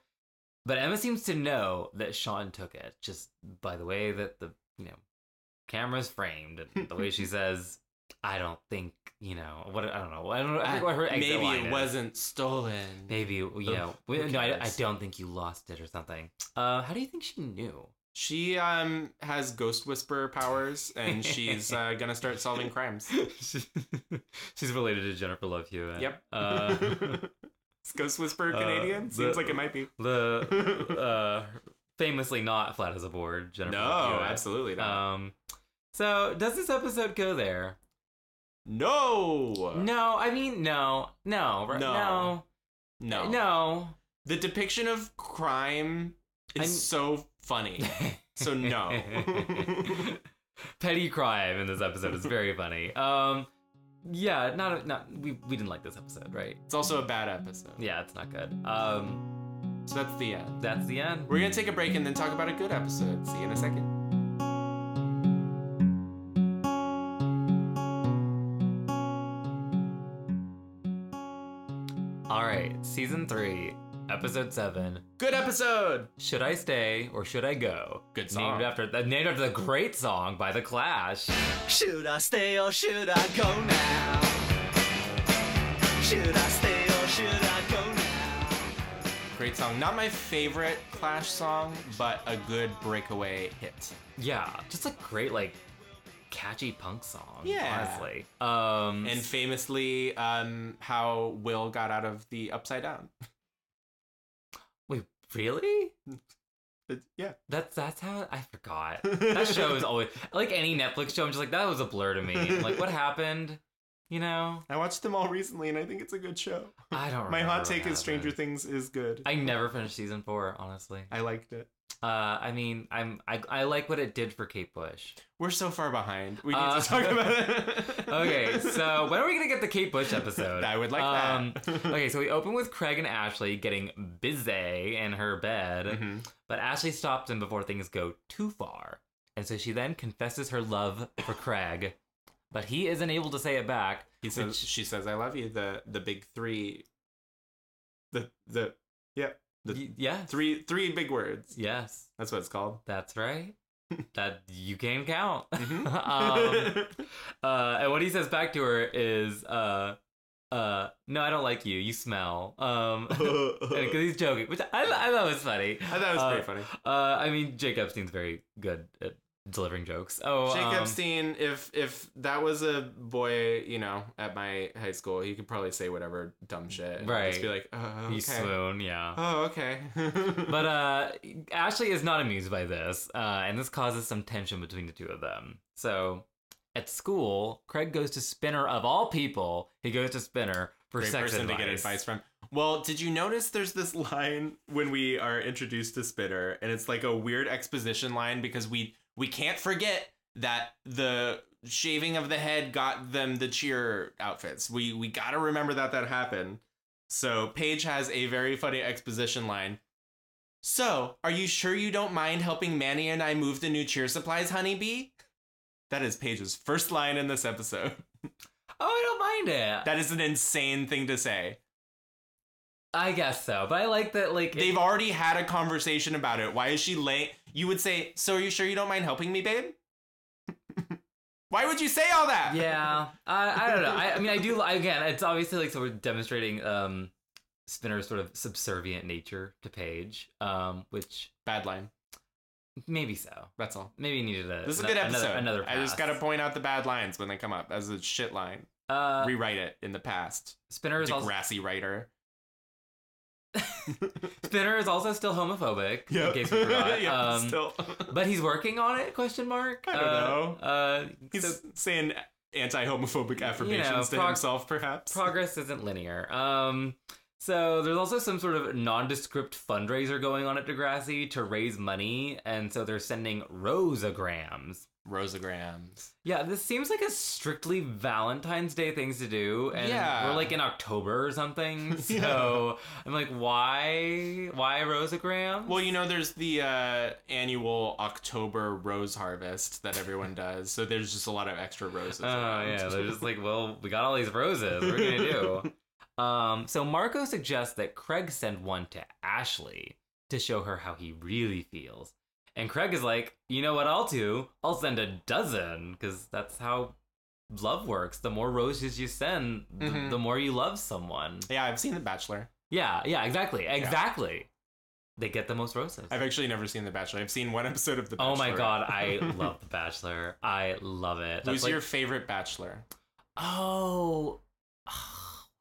Speaker 1: but Emma seems to know that Sean took it just by the way that the you know camera's framed and the
Speaker 2: (laughs)
Speaker 1: way she says, "I don't think you know what I don't know I don't know I forget what her exit
Speaker 2: Ah, Maybe
Speaker 1: line
Speaker 2: it
Speaker 1: is."
Speaker 2: wasn't stolen.
Speaker 1: Maybe you know. we-
Speaker 2: who
Speaker 1: no, I, I
Speaker 2: cares?
Speaker 1: don't think you lost it or something. Uh, how do you think she knew?
Speaker 2: She um has ghost whisperer powers, and she's uh, gonna start
Speaker 1: (laughs)
Speaker 2: solving crimes.
Speaker 1: (laughs) She's related to Jennifer Love Hewitt.
Speaker 2: Yep.
Speaker 1: Uh, (laughs)
Speaker 2: (laughs) Is ghost whisperer
Speaker 1: uh,
Speaker 2: Canadian?
Speaker 1: the-
Speaker 2: Seems like it might be.
Speaker 1: the uh, famously not flat as a board. Jennifer. Love
Speaker 2: No,
Speaker 1: Hewitt.
Speaker 2: absolutely not.
Speaker 1: Um, so does this episode go there?
Speaker 2: No.
Speaker 1: No, I mean no, no, right-
Speaker 2: No.
Speaker 1: Uh. no, (laughs)
Speaker 2: No.
Speaker 1: no.
Speaker 2: The depiction of crime is
Speaker 1: I'm-
Speaker 2: so funny. So
Speaker 1: (laughs)
Speaker 2: no. (laughs)
Speaker 1: Petty crime in this episode is very funny. Um, yeah, not not we we didn't like this episode, right?
Speaker 2: it's also a bad episode.
Speaker 1: Yeah, it's not good. Um,
Speaker 2: So that's the end.
Speaker 1: that's the end.
Speaker 2: We're going to take a break and then talk about a good episode. See you in a second.
Speaker 1: All right, season three, episode seven.
Speaker 2: Good episode.
Speaker 1: Should I stay or should I go?
Speaker 2: Good song.
Speaker 1: Named after the named after the great song by the Clash.
Speaker 4: Should I stay or should I go now? Should I stay or should I go now?
Speaker 2: Great song. Not my favorite Clash song, but a good breakaway hit.
Speaker 1: Mm-hmm. Yeah, just a great like catchy punk song.
Speaker 2: Yeah.
Speaker 1: honestly. Um,
Speaker 2: And famously, um, how Will got out of the upside down.
Speaker 1: wait, really?
Speaker 2: But, yeah.
Speaker 1: That's that's how I forgot. That show is always like any Netflix show. I'm just like that was a blur to me. I'm like what happened? You know,
Speaker 2: I watched them all recently and I think it's a good show.
Speaker 1: I don't.
Speaker 2: My
Speaker 1: remember
Speaker 2: hot
Speaker 1: what
Speaker 2: take is Stranger
Speaker 1: happened.
Speaker 2: Things is good.
Speaker 1: I never finished season four, honestly.
Speaker 2: I liked it.
Speaker 1: Uh, I mean, I'm I, I like what it did for Kate Bush.
Speaker 2: We're so far behind. We need
Speaker 1: Uh,
Speaker 2: to talk about it.
Speaker 1: (laughs) Okay, so
Speaker 2: (laughs)
Speaker 1: when are we gonna get the Kate Bush episode?
Speaker 2: I would like
Speaker 1: Um,
Speaker 2: that. (laughs)
Speaker 1: okay, so we open with Craig and Ashley getting busy in her bed,
Speaker 2: Mhm.
Speaker 1: but Ashley stops them before things go too far, and so she then confesses her love for Craig, but he isn't able to say it back.
Speaker 2: He says,
Speaker 1: which-
Speaker 2: she says, "I love you." The the big three. The the yeah the
Speaker 1: Y- yeah,
Speaker 2: three three big words.
Speaker 1: yes,
Speaker 2: That's what it's called.
Speaker 1: that's right. that you can count.
Speaker 2: (laughs) Mhm.
Speaker 1: um, Uh, and what he says back to her is, uh, uh, no, I don't like you. You smell.
Speaker 2: (laughs)
Speaker 1: Um, because he's joking, which I, I thought was funny.
Speaker 2: I thought it was
Speaker 1: uh,
Speaker 2: pretty funny.
Speaker 1: Uh, I mean, Jake Epstein's very good at delivering jokes. Oh,
Speaker 2: Jake
Speaker 1: um,
Speaker 2: Epstein, if if that was a boy, you know, at my high school, he could probably say whatever dumb shit. and I'd
Speaker 1: Right.
Speaker 2: Just be like, oh,
Speaker 1: You
Speaker 2: okay.
Speaker 1: swoon, yeah.
Speaker 2: (laughs) Oh, okay. (laughs)
Speaker 1: But uh, Ashley is not amused by this, uh, and this causes some tension between the two of them. So at school, Craig goes to Spinner of all people. He goes to Spinner for
Speaker 2: Great
Speaker 1: sex
Speaker 2: person
Speaker 1: advice.
Speaker 2: to get advice from. Well, did you notice there's this (laughs) line when we are introduced to Spinner, and it's like a weird exposition line because we we can't forget that the shaving of the head got them the cheer outfits. We we gotta remember that that happened. So Paige has a very funny exposition line. So, are you sure you don't mind helping Manny and I move the new cheer supplies, honeybee? That is Paige's first line in this episode. (laughs)
Speaker 1: Oh, I don't mind it.
Speaker 2: That is an insane thing to say.
Speaker 1: I guess so, but I like that. Like it-
Speaker 2: They've already had a conversation about it. Why is she late? You would say, "So are you sure you don't mind helping me, babe?" (laughs) Why would you say all that?
Speaker 1: yeah I, I don't know I, I mean i do again it's obviously like so we're demonstrating um spinner's sort of subservient nature to paige um which
Speaker 2: Bad line.
Speaker 1: maybe so
Speaker 2: That's all.
Speaker 1: maybe needed a
Speaker 2: This is a good
Speaker 1: another-
Speaker 2: episode.
Speaker 1: another,
Speaker 2: I just
Speaker 1: pass.
Speaker 2: gotta point out the bad lines when they come up as a shit line.
Speaker 1: uh
Speaker 2: Rewrite it in the past.
Speaker 1: spinner is also
Speaker 2: Degrassi writer.
Speaker 1: spinner is also still homophobic (laughs) in case we forgot
Speaker 2: (laughs) yeah.
Speaker 1: um (laughs)
Speaker 2: still,
Speaker 1: but he's working on it question mark
Speaker 2: I don't
Speaker 1: Uh,
Speaker 2: know.
Speaker 1: uh
Speaker 2: he's
Speaker 1: so
Speaker 2: saying anti-homophobic affirmations to
Speaker 1: prog-
Speaker 2: himself, perhaps.
Speaker 1: progress isn't linear. Um, so there's also some sort of nondescript fundraiser going on at Degrassi to raise money, and so they're sending rosagrams.
Speaker 2: Rosagrams.
Speaker 1: Yeah, this seems like a strictly Valentine's Day things to do, and
Speaker 2: Yeah.
Speaker 1: we're like in October or
Speaker 2: (laughs)
Speaker 1: something. So I'm like, why, why rosagram?
Speaker 2: Well, you know, there's the uh, annual October rose harvest
Speaker 1: (laughs)
Speaker 2: that everyone does. So there's just a lot of extra roses.
Speaker 1: Oh
Speaker 2: around.
Speaker 1: yeah, they're just like, well, we got all these roses. What are we gonna
Speaker 2: (laughs)
Speaker 1: do? Um, so Marco suggests that Craig send one to Ashley to show her how he really feels, and Craig is like, you know what? I'll do. I'll send a dozen because that's how love works. The more roses you send, th-
Speaker 2: Mhm.
Speaker 1: the more you love someone.
Speaker 2: (laughs) yeah, I've seen The Bachelor.
Speaker 1: Yeah, yeah, exactly, exactly. They get the most roses.
Speaker 2: I've actually never seen The Bachelor. I've seen one episode of The Bachelor.
Speaker 1: Oh my god,
Speaker 2: (laughs)
Speaker 1: I love The Bachelor. I love it. That's
Speaker 2: Who's
Speaker 1: like-
Speaker 2: your favorite Bachelor?
Speaker 1: Oh,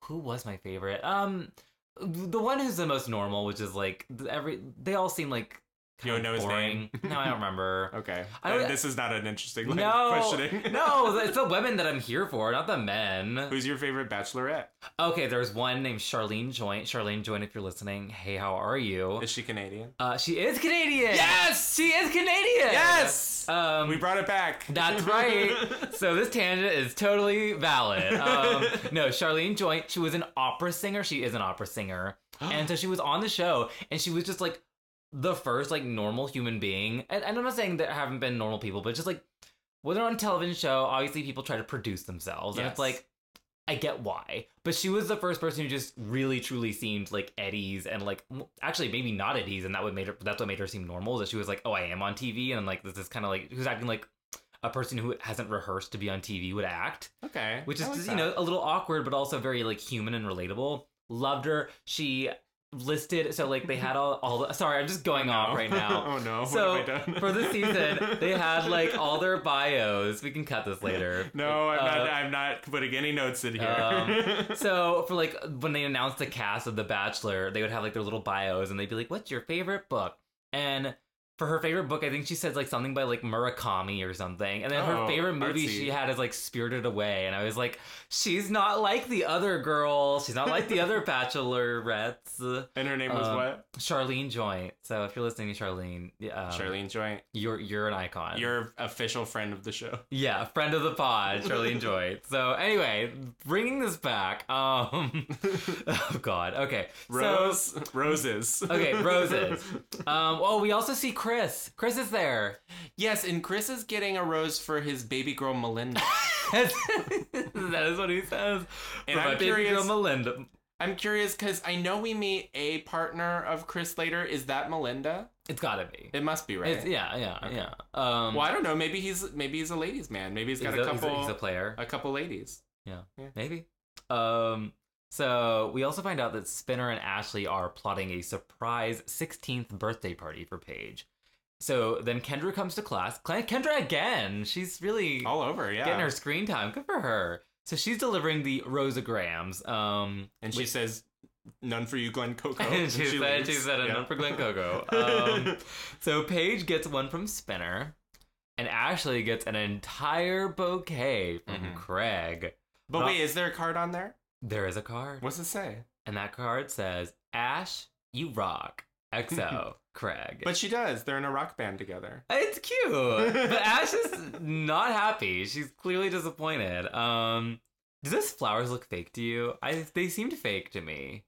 Speaker 1: who was my favorite? Um, the one who's the most normal, which is like th- every they all seem like
Speaker 2: You don't
Speaker 1: kinda
Speaker 2: know his
Speaker 1: boring.
Speaker 2: name?
Speaker 1: no, I don't remember.
Speaker 2: (laughs) Okay.
Speaker 1: I would-
Speaker 2: Uh, this is not an interesting like,
Speaker 1: no, (laughs)
Speaker 2: questioning.
Speaker 1: no, it's the women that I'm here for, not the men.
Speaker 2: (laughs) Who's your favorite Bachelorette?
Speaker 1: Okay, there's one named Charlene Joint. Charlene Joint, if you're listening, hey, how are you?
Speaker 2: Is she Canadian?
Speaker 1: Uh, she is Canadian.
Speaker 2: Yes!
Speaker 1: she is Canadian.
Speaker 2: Yes!
Speaker 1: Um,
Speaker 2: we brought it back. (laughs)
Speaker 1: That's right. So this tangent is totally valid.
Speaker 2: (laughs)
Speaker 1: Um, no, Charlene Joint, she was an opera singer. She is an opera singer. And so she was on the show and she was just like the first like normal human being. And, and I'm not saying there haven't been normal people, but just like when they're on a television show, obviously people try to produce themselves. And
Speaker 2: Yes.
Speaker 1: it's like, I get why. But she was the first person who just really truly seemed like at ease and like m- actually maybe not at ease and that would made her that's what made her seem normal that she was like, Oh, I am on TV and like this is kinda like who's acting like a person who hasn't rehearsed to be on TV would act,
Speaker 2: okay.
Speaker 1: which
Speaker 2: I
Speaker 1: is
Speaker 2: like
Speaker 1: just,
Speaker 2: that.
Speaker 1: you know a little awkward, but also very like human and relatable. Loved her. She listed so like they had all all. The, sorry, I'm just going off right now.
Speaker 2: (laughs) oh no.
Speaker 1: So
Speaker 2: what have I done?
Speaker 1: for this season, they had
Speaker 2: (laughs)
Speaker 1: like all their bios. We can cut this later.
Speaker 2: No, I'm
Speaker 1: Uh,
Speaker 2: not. I'm not putting any notes in here.
Speaker 1: um, So for like when they announced the cast of The Bachelor, they would have like their little bios and they'd be like, "What's your favorite book?" And for her favorite book, I think she said like something by like Murakami or something. And then
Speaker 2: Oh,
Speaker 1: her favorite movie
Speaker 2: artsy.
Speaker 1: she had is like Spirited Away. And I was like, "She's not like the other girl. She's not like the
Speaker 2: (laughs)
Speaker 1: other Bachelorettes."
Speaker 2: (laughs) and her name was
Speaker 1: um,
Speaker 2: what?
Speaker 1: Charlene Joint. So if you're listening to Charlene, yeah, um,
Speaker 2: Charlene Joint.
Speaker 1: you're you're an icon.
Speaker 2: Your official friend of the show.
Speaker 1: Yeah, friend of the pod, Charlene Joy. So anyway, bringing this back.
Speaker 2: (laughs)
Speaker 1: Um, oh God. Okay. So, (laughs)
Speaker 2: (laughs) Rose. roses.
Speaker 1: okay, roses. Um, oh, we also see Chris. Chris is there.
Speaker 2: (laughs) yes, and Chris is getting a rose for his baby
Speaker 1: (laughs)
Speaker 2: girl Melinda.
Speaker 1: that is what he says.
Speaker 2: And
Speaker 1: For
Speaker 2: I'm
Speaker 1: my baby
Speaker 2: curious-
Speaker 1: girl Melinda.
Speaker 2: I'm curious because I know we meet a partner of Chris later. Is that Melinda?
Speaker 1: It's gotta be.
Speaker 2: It must be right.
Speaker 1: It's, yeah, yeah, yeah. Um,
Speaker 2: Well, I don't know. Maybe he's maybe he's a ladies' man. Maybe he's
Speaker 1: he's
Speaker 2: got
Speaker 1: a-
Speaker 2: a
Speaker 1: he's a-
Speaker 2: couple
Speaker 1: he's a player.
Speaker 2: a couple ladies.
Speaker 1: Maybe. Um, so we also find out that Spinner and Ashley are plotting a surprise 16th birthday party for Paige. So then Kendra comes to class. Cla- Kendra again. She's really
Speaker 2: All over, Oh, yeah.
Speaker 1: getting her screen time. Good for her. So she's delivering the rosagrams. Um,
Speaker 2: and she says, "None for you, Glenn Coco."
Speaker 1: and (laughs) she, said, she
Speaker 2: Oh, leaves. (laughs)
Speaker 1: said,
Speaker 2: Yeah.
Speaker 1: Um, "None for Glencoco." Um, so Paige gets one from Spinner, and Ashley gets an entire bouquet from
Speaker 2: Mhm.
Speaker 1: Craig.
Speaker 2: But
Speaker 1: Well-
Speaker 2: wait, is there a card on there?
Speaker 1: There is a card,
Speaker 2: What's it say?
Speaker 1: and that card says, "Ash, you (laughs) rock." XO, Craig.
Speaker 2: But she does. They're in a rock band together.
Speaker 1: It's cute. (laughs) But Ash is not happy. She's clearly disappointed. Um do those flowers look fake to you? I they seemed fake to me.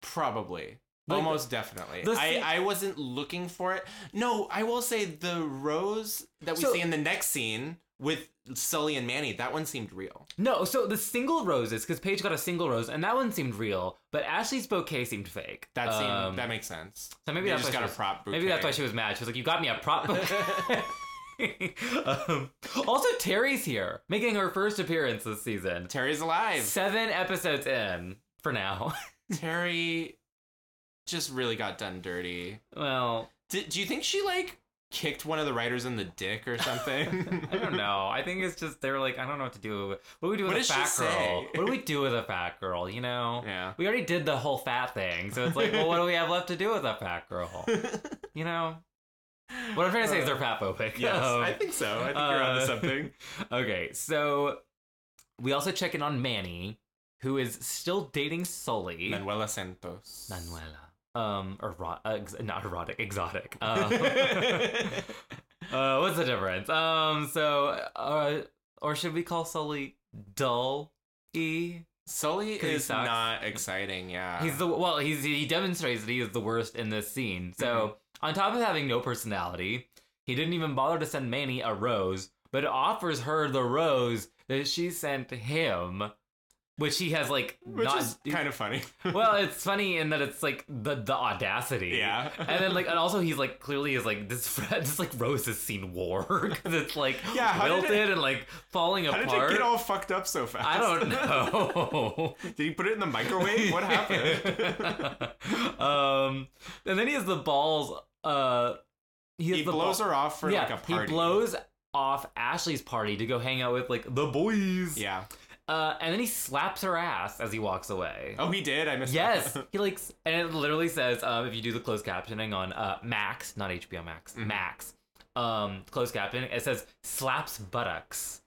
Speaker 2: Probably.
Speaker 1: Like,
Speaker 2: Almost definitely.
Speaker 1: the
Speaker 2: I,
Speaker 1: thing-
Speaker 2: I wasn't looking for it. No, I will say the rose that we
Speaker 1: So-
Speaker 2: see in the next scene with Sully and Manny, that one seemed real.
Speaker 1: No, so the single roses, because Paige got a single rose, and that one seemed real, but Ashley's bouquet seemed fake.
Speaker 2: That seemed
Speaker 1: Um,
Speaker 2: that makes sense.
Speaker 1: so maybe
Speaker 2: They
Speaker 1: that's
Speaker 2: just
Speaker 1: why
Speaker 2: got
Speaker 1: she
Speaker 2: a
Speaker 1: was-
Speaker 2: prop bouquet.
Speaker 1: Maybe that's why she was mad. She was like, "You got me a (laughs) prop." bouquet." um, also, Terry's here, making her first appearance this season. (laughs)
Speaker 2: Terry's alive.
Speaker 1: Seven episodes in for now. (laughs)
Speaker 2: Terry just really got done dirty.
Speaker 1: well,
Speaker 2: Did, do you think she like kicked one of the writers in the dick or something?
Speaker 1: (laughs) I don't know. I think it's just they're like, I don't know what to do. What do we do with
Speaker 2: What
Speaker 1: a
Speaker 2: does she
Speaker 1: fat girl?
Speaker 2: say?
Speaker 1: What do we do with a fat girl? You know,
Speaker 2: (laughs) Yeah.
Speaker 1: we already did the whole fat thing, so it's like, well, what do we have left to do with a fat
Speaker 2: (laughs)
Speaker 1: girl? You know, what I'm trying to say is they're fat phobic.
Speaker 2: Uh,
Speaker 1: (laughs)
Speaker 2: Yes,
Speaker 1: Um,
Speaker 2: I think so. I think you're
Speaker 1: uh,
Speaker 2: onto something.
Speaker 1: okay, so we also check in on Manny, who is still dating Sully.
Speaker 2: Manuela Santos.
Speaker 1: Manuela. Um, ero- uh, ex- not erotic,
Speaker 2: (laughs)
Speaker 1: exotic. Um, Uh, what's the difference? Um, so, uh, or should we call Sully dull? E.
Speaker 2: Sully
Speaker 1: 'Cause he
Speaker 2: is
Speaker 1: sucks.
Speaker 2: not exciting. Yeah,
Speaker 1: He's the well. He's he demonstrates that he is the worst in this scene. So
Speaker 2: Mm-hmm.
Speaker 1: on top of having no personality, he didn't even bother to send Manny a rose, but offers her the rose that she sent him, which he has like
Speaker 2: which
Speaker 1: not.
Speaker 2: is kind of funny.
Speaker 1: well, it's funny in that it's like the the audacity.
Speaker 2: yeah,
Speaker 1: (laughs) And then like, and also he's like clearly is like this (laughs) this like rose has seen war (laughs) because it's like
Speaker 2: Yeah, how did
Speaker 1: wilted
Speaker 2: it-
Speaker 1: and like falling
Speaker 2: (laughs) how
Speaker 1: apart.
Speaker 2: did it get all fucked up so fast?
Speaker 1: I
Speaker 2: (laughs)
Speaker 1: don't know.
Speaker 2: Did you put it in the microwave?
Speaker 1: (laughs)
Speaker 2: What happened?
Speaker 1: um, and then he has the balls. Uh, he, has
Speaker 2: he
Speaker 1: the
Speaker 2: blows
Speaker 1: ball-
Speaker 2: her off for
Speaker 1: yeah,
Speaker 2: like a party.
Speaker 1: he blows off Ashley's party to go hang out with like the boys.
Speaker 2: Yeah.
Speaker 1: Uh, and then he slaps her ass as he walks away.
Speaker 2: Oh, he did. I missed. (laughs)
Speaker 1: Yes,
Speaker 2: that.
Speaker 1: he likes, and it literally says um, if you do the closed captioning on uh, Max, not HBO Max,
Speaker 2: Mhm.
Speaker 1: Max, um, closed captioning, it says slaps buttocks.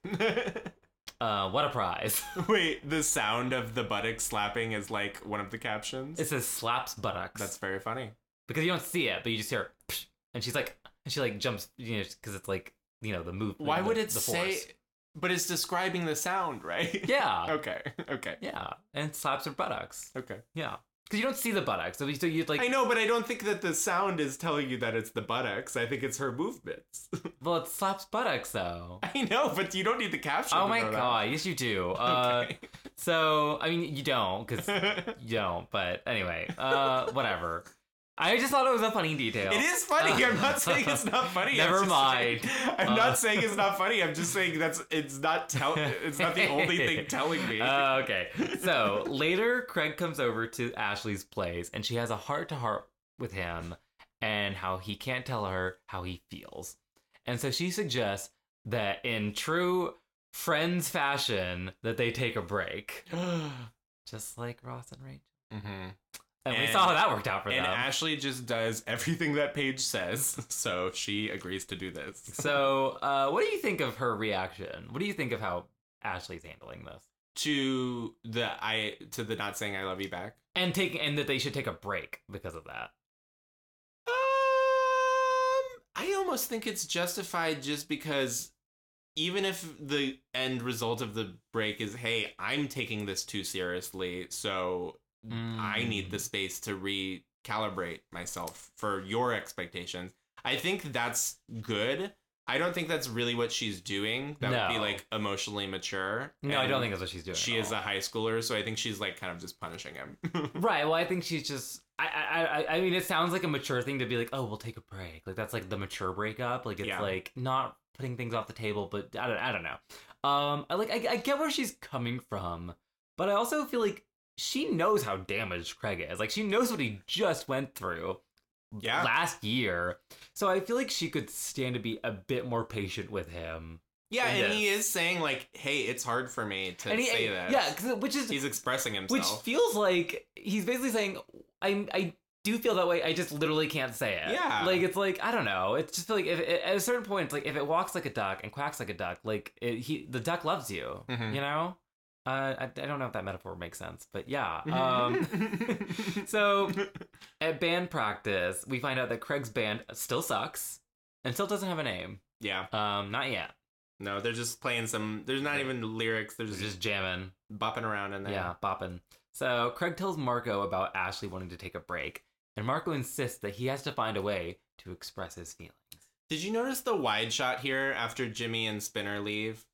Speaker 1: Uh, what a prize!
Speaker 2: (laughs)
Speaker 1: (laughs)
Speaker 2: Wait, the sound of the buttock slapping is like one of the captions.
Speaker 1: it says slaps buttocks.
Speaker 2: That's very funny.
Speaker 1: because you don't see it, but you just hear, Psh, and she's like, and she like jumps, you know, because it's like, you know, the move.
Speaker 2: Why
Speaker 1: the-
Speaker 2: would it
Speaker 1: the
Speaker 2: say?
Speaker 1: force.
Speaker 2: But it's describing the sound, right?
Speaker 1: Yeah,
Speaker 2: (laughs) Okay. Okay.
Speaker 1: yeah, and it slaps her buttocks.
Speaker 2: Okay.
Speaker 1: Yeah, because you don't see the buttocks, so you so you like.
Speaker 2: I know, but I don't think that the sound is telling you that it's the buttocks. I think it's her movements. (laughs)
Speaker 1: Well, it slaps buttocks though.
Speaker 2: I know, but you don't need the caption.
Speaker 1: Oh
Speaker 2: to
Speaker 1: my
Speaker 2: know that.
Speaker 1: god, yes you do.
Speaker 2: (laughs)
Speaker 1: Uh, So I mean, you don't because
Speaker 2: Okay.
Speaker 1: you don't. But anyway, uh, whatever. I just thought it was a funny detail.
Speaker 2: (laughs) it is funny. I'm not saying
Speaker 1: (laughs)
Speaker 2: it's not funny. I'm
Speaker 1: Never
Speaker 2: just
Speaker 1: mind.
Speaker 2: saying- (laughs) I'm
Speaker 1: Uh.
Speaker 2: not saying it's not funny. I'm just saying that's it's not tell. It's not the
Speaker 1: (laughs)
Speaker 2: only thing telling me.
Speaker 1: Uh, okay. So
Speaker 2: (laughs)
Speaker 1: later, Craig comes over to Ashley's place and she has a heart to heart with him and how he can't tell her how he feels. And so she suggests that in true friends fashion that they take a
Speaker 2: (gasps)
Speaker 1: break, just like Ross and Rachel.
Speaker 2: Mhm.
Speaker 1: And, we
Speaker 2: And-
Speaker 1: saw how that worked out mm-hmm, for
Speaker 2: And
Speaker 1: them.
Speaker 2: Ashley just does everything that Paige says, (laughs) so she agrees to do this.
Speaker 1: so, uh, what do you think of her reaction? What do you think of how Ashley's handling this?
Speaker 2: To the I to the not saying I love you back.
Speaker 1: And taking and that they should take a break because of that.
Speaker 2: Um, I almost think it's justified just because even if the end result of the break is, hey, I'm taking this too seriously, so I need
Speaker 1: Mm.
Speaker 2: the space to recalibrate myself for your expectations. I think that's good. I don't think that's really what she's doing. That would be
Speaker 1: No.
Speaker 2: like emotionally mature.
Speaker 1: No, I
Speaker 2: And
Speaker 1: don't think that's what she's doing.
Speaker 2: she
Speaker 1: at
Speaker 2: is
Speaker 1: all.
Speaker 2: a high schooler, so I think she's like kind of just punishing him. (laughs)
Speaker 1: (laughs) Right. Well, I think she's just. I, I, I, I mean, it sounds like a mature thing to be like, oh, we'll take a break. Like that's like the mature breakup. Like it's
Speaker 2: Yeah.
Speaker 1: like not putting things off the table, but I don't, I don't know. Um, I like I, I get where she's coming from, but I also feel like she knows how damaged Craig is. Like she knows what he just went through
Speaker 2: Yeah.
Speaker 1: last year. So I feel like she could stand to be a bit more patient with him.
Speaker 2: yeah,
Speaker 1: It
Speaker 2: and he is saying like, "Hey, it's hard for me to
Speaker 1: and he,
Speaker 2: say that."
Speaker 1: yeah, 'cause- which is
Speaker 2: he's expressing himself.
Speaker 1: Which feels like he's basically saying, I, I do feel that way. I just literally can't say it.
Speaker 2: Yeah.
Speaker 1: Like it's like I don't know. It's just like if it, at a certain point, it's like if it walks like a duck and quacks like a duck, like it, he the duck loves you.
Speaker 2: Mhm.
Speaker 1: You know. Uh, I, I don't know if that metaphor makes sense, but yeah.
Speaker 2: Mm-hmm. (laughs)
Speaker 1: Um, (laughs) so at band practice, we find out that Craig's band still sucks and still doesn't have a name.
Speaker 2: yeah.
Speaker 1: Um, not yet.
Speaker 2: No, they're just playing some. There's not even lyrics. They're
Speaker 1: It's
Speaker 2: just,
Speaker 1: just jamming.
Speaker 2: bopping around in there.
Speaker 1: Yeah, bopping. So Craig tells Marco about Ashley wanting to take a break, and Marco insists that he has to find a way to express his feelings.
Speaker 2: Did you notice the wide shot here after Jimmy and Spinner leave?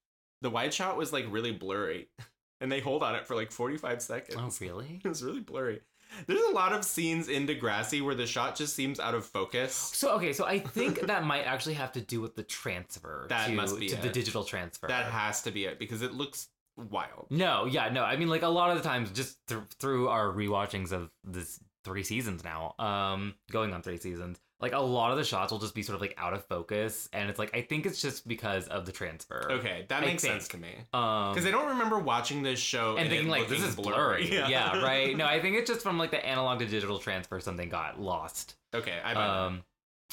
Speaker 2: The wide shot was like really blurry, (laughs) and they hold on it for like 45 seconds.
Speaker 1: Oh, really?
Speaker 2: (laughs) It was really blurry. There's a lot of scenes in Degrassi where the shot just seems out of focus.
Speaker 1: So okay, so I think (laughs) that might actually have to do with the transfer.
Speaker 2: That
Speaker 1: to,
Speaker 2: must be
Speaker 1: to the
Speaker 2: it.
Speaker 1: digital transfer.
Speaker 2: That has to be it because it looks wild.
Speaker 1: no, yeah, no. I mean, like a lot of the times, just thr- through our rewatchings of this three seasons now, um, going on three seasons, like a lot of the shots will just be sort of like out of focus, and it's like I think it's just because of the transfer.
Speaker 2: Okay, that
Speaker 1: I
Speaker 2: makes
Speaker 1: think.
Speaker 2: sense to me
Speaker 1: Um,
Speaker 2: because I don't remember watching this show
Speaker 1: and thinking
Speaker 2: Oh, it
Speaker 1: like this
Speaker 2: looking
Speaker 1: is blurry.
Speaker 2: (laughs)
Speaker 1: Yeah. right. No, I think it's just from like the analog to digital transfer something got lost.
Speaker 2: Okay, I buy that.
Speaker 1: Um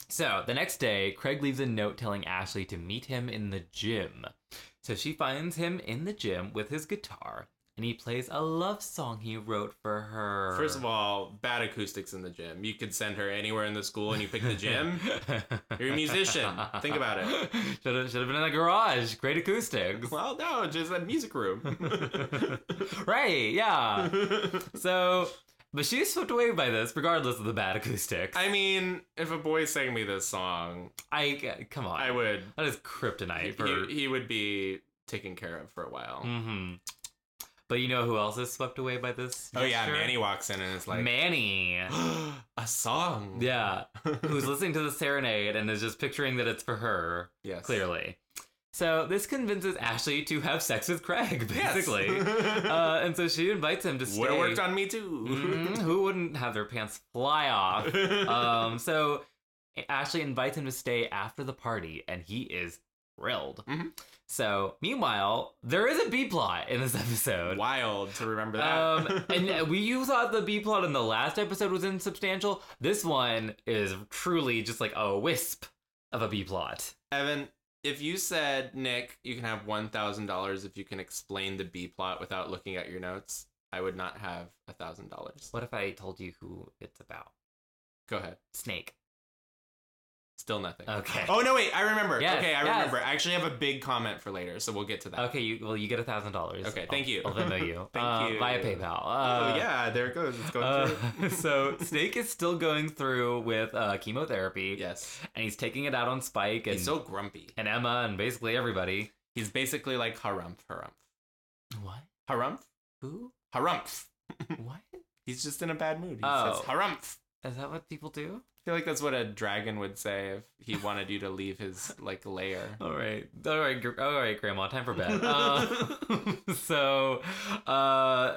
Speaker 1: so the next day, Craig leaves a note telling Ashley to meet him in the gym. So she finds him in the gym with his guitar and he plays a love song he wrote for her.
Speaker 2: First of all, bad acoustics in the gym. You could send her anywhere in the school and
Speaker 1: (laughs)
Speaker 2: you pick the gym. You're a musician. Think about it.
Speaker 1: Should have should have been in the garage. Great acoustics.
Speaker 2: well, no, just a music
Speaker 1: (laughs)
Speaker 2: (laughs) room.
Speaker 1: right, yeah. So but she's swept away by this, regardless of the bad acoustics.
Speaker 2: I mean, if a boy sang me this song,
Speaker 1: I uh, come on.
Speaker 2: I would.
Speaker 1: that is
Speaker 2: He,
Speaker 1: kryptonite for.
Speaker 2: he- he would be taken care of for a while.
Speaker 1: hmm But you know who else is swept away by this?
Speaker 2: Oh yeah,
Speaker 1: gesture?
Speaker 2: Manny walks in and is like, (gasps)
Speaker 1: Manny.
Speaker 2: a song.
Speaker 1: yeah,
Speaker 2: (laughs)
Speaker 1: who's listening to the serenade and is just picturing that it's for her.
Speaker 2: yes.
Speaker 1: Clearly. So this convinces Ashley to have sex with Craig,
Speaker 2: Yes. (laughs)
Speaker 1: basically. uh, and so she invites him to stay.
Speaker 2: Would have worked on me too.
Speaker 1: Mhm, Who wouldn't have their pants fly off?
Speaker 2: (laughs)
Speaker 1: um, so Ashley invites him to stay after the party, and he is thrilled.
Speaker 2: Mhm.
Speaker 1: So, meanwhile, there is a B plot in this episode.
Speaker 2: Wild to remember that. (laughs)
Speaker 1: Um, and we you thought the B plot in the last episode was insubstantial. This one is truly just like a wisp of a B plot.
Speaker 2: Evan, if you said, Nick, you can have $1,000 if you can explain the B plot without looking at your notes, I would not have $1,000.
Speaker 1: What if I told you who it's about?
Speaker 2: Go ahead.
Speaker 1: Snake.
Speaker 2: Still nothing.
Speaker 1: Okay.
Speaker 2: Oh, no, wait. I remember.
Speaker 1: Uh, Yes,
Speaker 2: okay, I
Speaker 1: yes.
Speaker 2: remember. I actually have a big comment for later, so we'll get to that.
Speaker 1: Okay, you well, you get a thousand dollars.
Speaker 2: Okay, thank you.
Speaker 1: I'll Venmo you.
Speaker 2: (laughs) Thank
Speaker 1: uh,
Speaker 2: you.
Speaker 1: via PayPal.
Speaker 2: Oh,
Speaker 1: Uh,
Speaker 2: yeah, there it goes. It's going
Speaker 1: Uh, (laughs)
Speaker 2: through.
Speaker 1: so Snake is still going through with uh, chemotherapy,
Speaker 2: yes.
Speaker 1: and he's taking it out on Spike and
Speaker 2: He's so grumpy.
Speaker 1: and Emma and basically everybody.
Speaker 2: He's basically like harumph, harumph.
Speaker 1: What?
Speaker 2: Harumph?
Speaker 1: (laughs) Who?
Speaker 2: Harumph.
Speaker 1: What?
Speaker 2: He's just in a bad mood. He
Speaker 1: Oh.
Speaker 2: says harumph.
Speaker 1: Is that what people do?
Speaker 2: I feel like that's what a dragon would say if he wanted you to leave his like lair.
Speaker 1: All right, all right, gr- all right, Grandma. Time for (laughs) bed. Uh, (laughs) so, uh,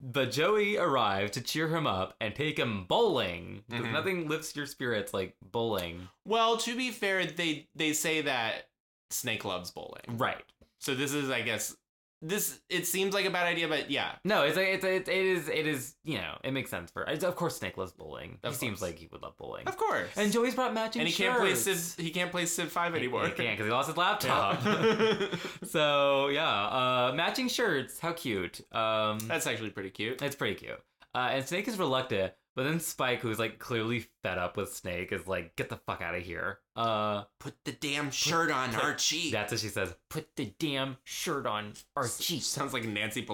Speaker 1: but Joey arrived to cheer him up and take him bowling. 'Cause
Speaker 2: Mhm.
Speaker 1: Nothing lifts your spirits like bowling,
Speaker 2: Well, to be fair, they they say that Snake loves bowling.
Speaker 1: right?
Speaker 2: So this is, I guess, this it seems like a bad idea, but yeah,
Speaker 1: No, it's a, it's a, it is it is you know it makes sense for. Of course, Snake loves bowling. he
Speaker 2: Of
Speaker 1: seems
Speaker 2: course.
Speaker 1: like he would love bowling.
Speaker 2: of course.
Speaker 1: And Joey's brought matching
Speaker 2: and he can't play
Speaker 1: shirts.
Speaker 2: Civ. He can't play Civ Five
Speaker 1: He-
Speaker 2: anymore.
Speaker 1: He
Speaker 2: (laughs)
Speaker 1: can't because he lost his laptop. (laughs)
Speaker 2: Yeah.
Speaker 1: so yeah, uh, matching shirts. How cute. Um,
Speaker 2: (laughs) That's actually pretty cute.
Speaker 1: it's pretty cute. Uh, and Snake is reluctant, but then Spike, who's like clearly fed up with Snake, is like, "Get the fuck out of here." Uh,
Speaker 2: Put the damn shirt on, Archie.
Speaker 1: that's what she says. Put the damn shirt on our cheek.
Speaker 2: Sounds like Nancy (laughs)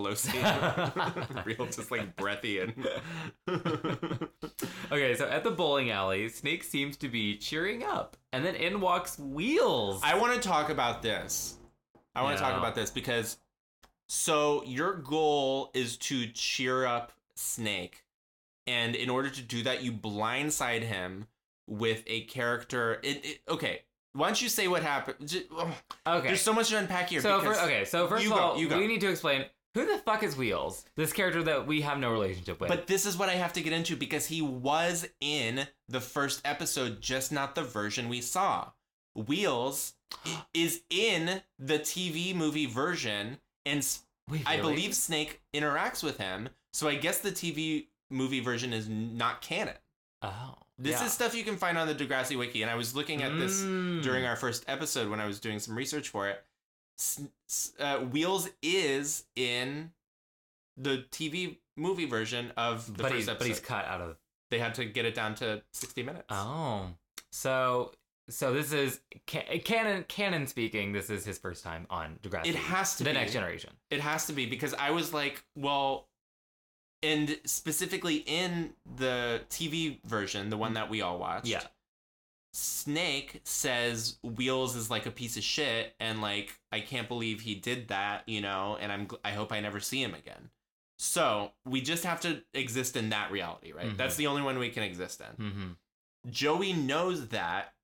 Speaker 2: Pelosi. Real, just like breathy (laughs) and.
Speaker 1: (laughs) Okay, so at the bowling alley, Snake seems to be cheering up, and then in walks Wheels.
Speaker 2: I want to talk about this. I want to
Speaker 1: No.
Speaker 2: talk about this because so your goal is to cheer up Snake. And in order to do that, you blindside him with a character. It, it- okay, why don't you say what happened? Ju- oh,
Speaker 1: okay,
Speaker 2: There's so much to unpack here.
Speaker 1: so
Speaker 2: because-
Speaker 1: fir- okay, so first
Speaker 2: You
Speaker 1: of
Speaker 2: go,
Speaker 1: all,
Speaker 2: you go.
Speaker 1: we need to explain who the fuck is Wheels, this character that we have no relationship with.
Speaker 2: But this is what I have to get into because he was in the first episode, just not the version we saw. Wheels (gasps) i- is in the TV movie version, and s-
Speaker 1: Wait,
Speaker 2: I
Speaker 1: really?
Speaker 2: believe Snake interacts with him, so I guess the TV movie version is n- not canon.
Speaker 1: Oh,
Speaker 2: This is stuff you can find on the Degrassi Wiki, and I was looking at this
Speaker 1: Mm.
Speaker 2: during our first episode when I was doing some research for it. S- s- uh, Wheels is in the TV movie version of
Speaker 1: but
Speaker 2: the first
Speaker 1: he's
Speaker 2: episode.
Speaker 1: but he's cut out of.
Speaker 2: they had to get it down to 60 minutes.
Speaker 1: Oh, so so this is ca- canon canon speaking. This is his first time on Degrassi.
Speaker 2: It has to
Speaker 1: the
Speaker 2: be.
Speaker 1: next generation.
Speaker 2: It has to be because I was like, well, and specifically in the TV version, the one that we all watched.
Speaker 1: Yeah.
Speaker 2: Snake says Wheels is like a piece of shit, and like I can't believe he did that, you know. And I'm gl- I hope I never see him again. So we just have to exist in that reality, right?
Speaker 1: Mhm.
Speaker 2: That's the only one we can exist in.
Speaker 1: hmm
Speaker 2: Joey knows that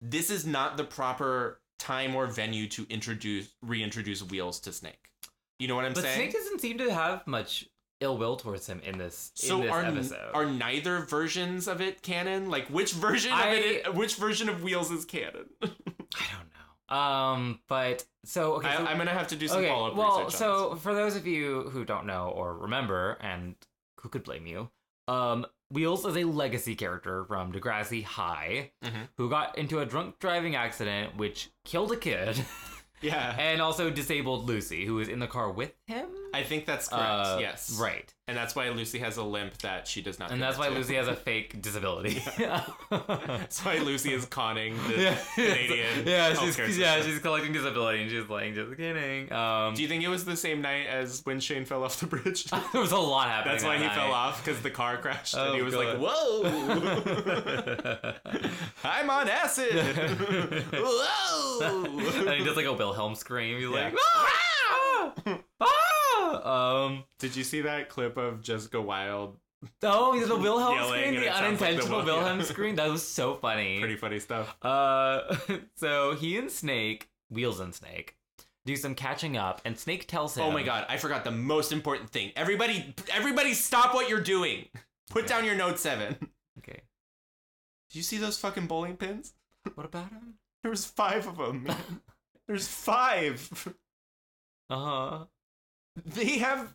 Speaker 2: this is not the proper time or venue to introduce reintroduce Wheels to Snake. You know what I'm
Speaker 1: But
Speaker 2: saying?
Speaker 1: Snake doesn't seem to have much ill will towards him in this in
Speaker 2: so
Speaker 1: this
Speaker 2: are
Speaker 1: episode.
Speaker 2: are neither versions of it canon? Like which version of it? i- Which version of Wheels is canon?
Speaker 1: I don't know. Um, but so okay,
Speaker 2: I,
Speaker 1: so-
Speaker 2: I'm gonna have to do some follow-up
Speaker 1: well,
Speaker 2: research. on
Speaker 1: so for those of you who don't know or remember, and who could blame you, um, Wheels is a legacy character from Degrassi High
Speaker 2: Mhm.
Speaker 1: who got into a drunk driving accident, which killed a kid, (laughs)
Speaker 2: this. yeah,
Speaker 1: and also disabled Lucy, who was in the car with him.
Speaker 2: I think that's correct.
Speaker 1: Uh,
Speaker 2: yes,
Speaker 1: right,
Speaker 2: and that's why Lucy has a limp that she does not.
Speaker 1: and that's why
Speaker 2: connect
Speaker 1: Lucy
Speaker 2: to.
Speaker 1: has a fake disability.
Speaker 2: (laughs)
Speaker 1: (laughs)
Speaker 2: that's why Lucy is conning the Canadian.
Speaker 1: yeah, she's
Speaker 2: healthcare
Speaker 1: yeah,
Speaker 2: system.
Speaker 1: she's collecting disability, and she's like, just kidding. Um,
Speaker 2: Do you think it was the same night as when Shane fell off the
Speaker 1: (laughs)
Speaker 2: bridge?
Speaker 1: there was a lot happening.
Speaker 2: That's why
Speaker 1: that
Speaker 2: he
Speaker 1: night.
Speaker 2: fell off because the car crashed,
Speaker 1: Oh,
Speaker 2: and he was like,
Speaker 1: God.
Speaker 2: (laughs) "Whoa, I'm on acid." (laughs)
Speaker 1: and he
Speaker 2: Whoa.
Speaker 1: does like a Wilhelm scream. He's
Speaker 2: Yeah.
Speaker 1: like, "Ah! Ah!" Um,
Speaker 2: Did you see that clip of Jessica Wilde?
Speaker 1: oh, the Wilhelm
Speaker 2: Yelling,
Speaker 1: scream,
Speaker 2: and it
Speaker 1: the
Speaker 2: sounds like the
Speaker 1: unintentional
Speaker 2: Wil-
Speaker 1: Wilhelm
Speaker 2: yeah.
Speaker 1: scream. That was so funny.
Speaker 2: Pretty funny stuff.
Speaker 1: Uh, (laughs) so he and Snake, Wheels and Snake, do some catching up, and Snake tells him,
Speaker 2: Oh my god, I forgot the most important thing. Everybody, everybody, stop what you're doing. Put down your note seven. Did
Speaker 1: okay,
Speaker 2: you see those fucking bowling pins?
Speaker 1: what about him?
Speaker 2: There was five of them. man. There's five.
Speaker 1: Uh huh.
Speaker 2: they have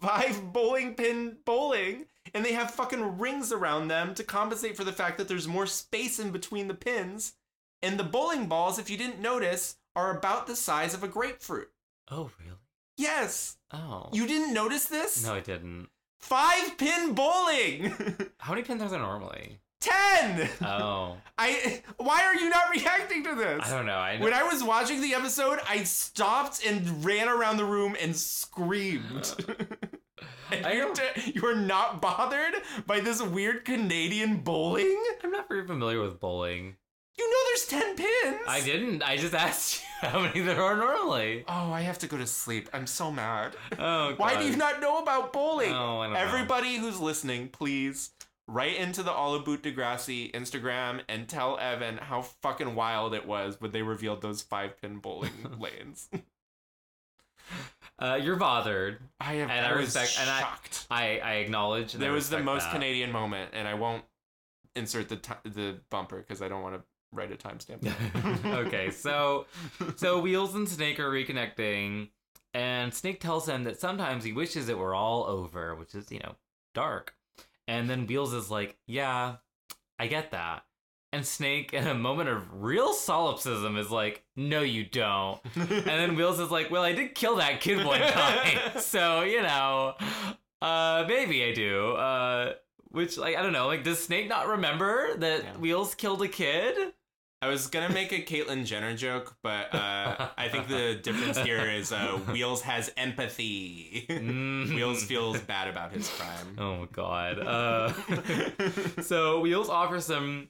Speaker 2: five bowling pin bowling and they have fucking rings around them to compensate for the fact that there's more space in between the pins and the bowling balls if you didn't notice are about the size of a grapefruit
Speaker 1: Oh really?
Speaker 2: yes
Speaker 1: Oh,
Speaker 2: you didn't notice this
Speaker 1: no, I didn't.
Speaker 2: five pin bowling (laughs)
Speaker 1: How many pins are there normally?
Speaker 2: 10 (laughs)
Speaker 1: Oh,
Speaker 2: i why are you not reacting to this
Speaker 1: I don't know. I
Speaker 2: when I was watching the episode, I stopped and ran around the room
Speaker 1: (laughs)
Speaker 2: and screamed.
Speaker 1: I
Speaker 2: you're,
Speaker 1: don't-
Speaker 2: t- you're not bothered by this weird Canadian bowling?
Speaker 1: I'm not very familiar with bowling.
Speaker 2: You know there's 10 pins.
Speaker 1: I didn't. I just (laughs) asked you how many there are normally.
Speaker 2: Oh, I have to go to sleep. I'm so mad.
Speaker 1: Oh,
Speaker 2: Why do
Speaker 1: God.
Speaker 2: you not know about bowling?
Speaker 1: Oh, I don't know.
Speaker 2: Everybody who's listening, please write into the All Boot Degrassi Instagram and tell Evan how fucking wild it was when they revealed those five
Speaker 1: (laughs)
Speaker 2: pin bowling lanes.
Speaker 1: Uh, you're bothered.
Speaker 2: I am
Speaker 1: And I
Speaker 2: was
Speaker 1: respect- and I-
Speaker 2: shocked.
Speaker 1: I I acknowledge. and I
Speaker 2: there was the
Speaker 1: respect
Speaker 2: most
Speaker 1: that.
Speaker 2: Canadian moment, and I won't insert the ti the bumper because I don't want to write
Speaker 1: (laughs)
Speaker 2: a timestamp.
Speaker 1: okay, so so Wheels and Snake are reconnecting, and Snake tells him that sometimes he wishes it were all over, which is you know dark. And then Wheels is like, "Yeah, I get that." And Snake, in a moment of real solipsism, is like, "No, you don't." and then Wheels is like, "Well, I did kill that kid one time, so you know, uh, maybe I do." Uh, which, like, I don't know. Like, does Snake not remember that
Speaker 2: Yeah.
Speaker 1: Wheels killed a kid?
Speaker 2: I was gonna make a Caitlyn Jenner joke, but uh, I think the difference here
Speaker 1: (laughs)
Speaker 2: is uh, Wheels has empathy.
Speaker 1: Mm.
Speaker 2: Wheels feels bad about his crime.
Speaker 1: Oh my God. Uh, (laughs) so Wheels offers some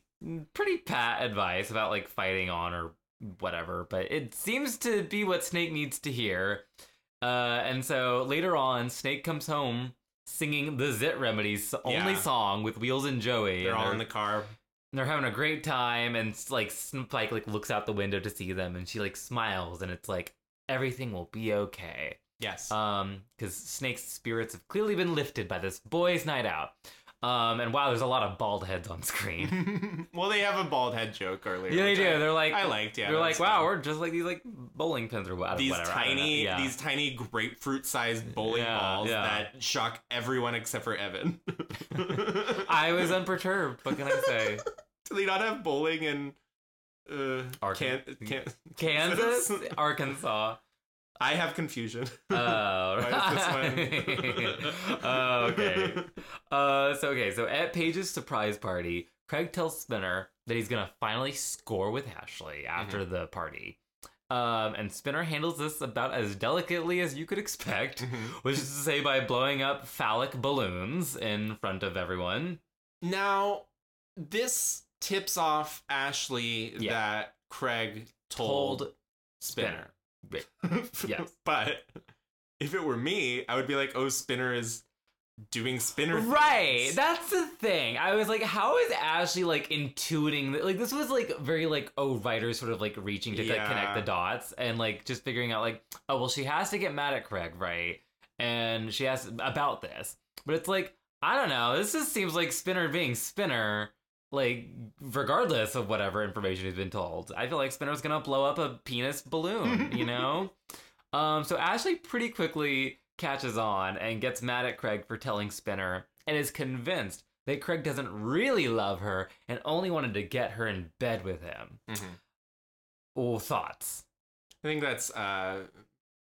Speaker 1: pretty pat advice about like fighting on or whatever, but it seems to be what Snake needs to hear. Uh, and so later on, Snake comes home singing the Zit Remedies only
Speaker 2: Yeah.
Speaker 1: song with Wheels and Joey.
Speaker 2: They're
Speaker 1: and
Speaker 2: all in the car.
Speaker 1: they're having a great time, and s- like Spike like looks out the window to see them, and she like smiles, and it's like everything will be okay.
Speaker 2: Yes.
Speaker 1: Um, because Snake's spirits have clearly been lifted by this boys' night out. Um, and wow, there's a lot of bald heads on (laughs) screen.
Speaker 2: (laughs) well, they have a bald head joke earlier.
Speaker 1: Um, yeah, they
Speaker 2: which
Speaker 1: do.
Speaker 2: I-
Speaker 1: They're like,
Speaker 2: I liked. Yeah,
Speaker 1: they're
Speaker 2: that
Speaker 1: like,
Speaker 2: was
Speaker 1: wow,
Speaker 2: fun.
Speaker 1: we're just like these like bowling pins or what?
Speaker 2: these
Speaker 1: whatever, I don't know.
Speaker 2: tiny,
Speaker 1: Yeah.
Speaker 2: these tiny grapefruit-sized bowling
Speaker 1: Yeah,
Speaker 2: balls
Speaker 1: yeah.
Speaker 2: that shock everyone except for
Speaker 1: (laughs)
Speaker 2: Evan. (laughs)
Speaker 1: I was unperturbed. What can I
Speaker 2: (laughs)
Speaker 1: say?
Speaker 2: Do they not have bowling in uh,
Speaker 1: Arkan-
Speaker 2: can, can, (laughs)
Speaker 1: Kansas, Arkansas.
Speaker 2: I have confusion.
Speaker 1: Oh,
Speaker 2: Why
Speaker 1: right. (laughs)
Speaker 2: is this one?
Speaker 1: Oh, okay. Uh, so okay, so at Paige's surprise party, Craig tells Spinner that he's gonna finally score with Ashley after the party. Um, and Spinner handles this about as delicately as you could expect,
Speaker 2: (laughs)
Speaker 1: which is to say by blowing up phallic balloons in front of everyone.
Speaker 2: Now, this tips off Ashley
Speaker 1: Yeah.
Speaker 2: that Craig told,
Speaker 1: Told
Speaker 2: Spinner.
Speaker 1: Right.
Speaker 2: (laughs)
Speaker 1: Yes.
Speaker 2: but if it were me, I would be like, "Oh, Spinner is doing Spinner."
Speaker 1: Right,
Speaker 2: things."
Speaker 1: that's the thing. I was like, how is Ashley like intuiting that? Like, this was like very like oh, writers sort of like reaching to like,
Speaker 2: Yeah.
Speaker 1: connect the dots and like just figuring out like oh, well, she has to get mad at Craig, right? And she has about this, but it's like I don't know. This just seems like Spinner being Spinner, like regardless of whatever information he's been told. I feel like Spinner's gonna blow up a penis balloon, you know. Um, so Ashley pretty quickly catches on and gets mad at Craig for telling Spinner and is convinced that Craig doesn't really love her and only wanted to get her in bed with him.
Speaker 2: Mhm.
Speaker 1: Oh, thoughts.
Speaker 2: I think that's uh,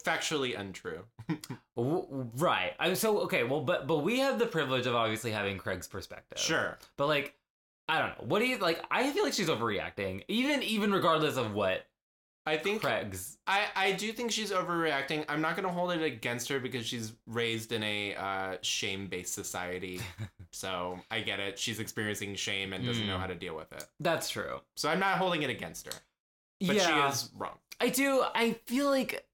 Speaker 2: factually untrue.
Speaker 1: W- right. I, so okay. Well, but but we have the privilege of obviously having Craig's perspective.
Speaker 2: Sure.
Speaker 1: But like, I don't know. What do you like? I feel like she's overreacting, even even regardless of what
Speaker 2: I think
Speaker 1: Craig's.
Speaker 2: I, I do think she's overreacting. I'm not going to hold it against her because she's raised in a uh, shame based society. so I get it. She's experiencing shame and doesn't know
Speaker 1: Mm.
Speaker 2: how to deal with it.
Speaker 1: That's true.
Speaker 2: So I'm not holding it against her. But she is wrong.
Speaker 1: I do. I feel like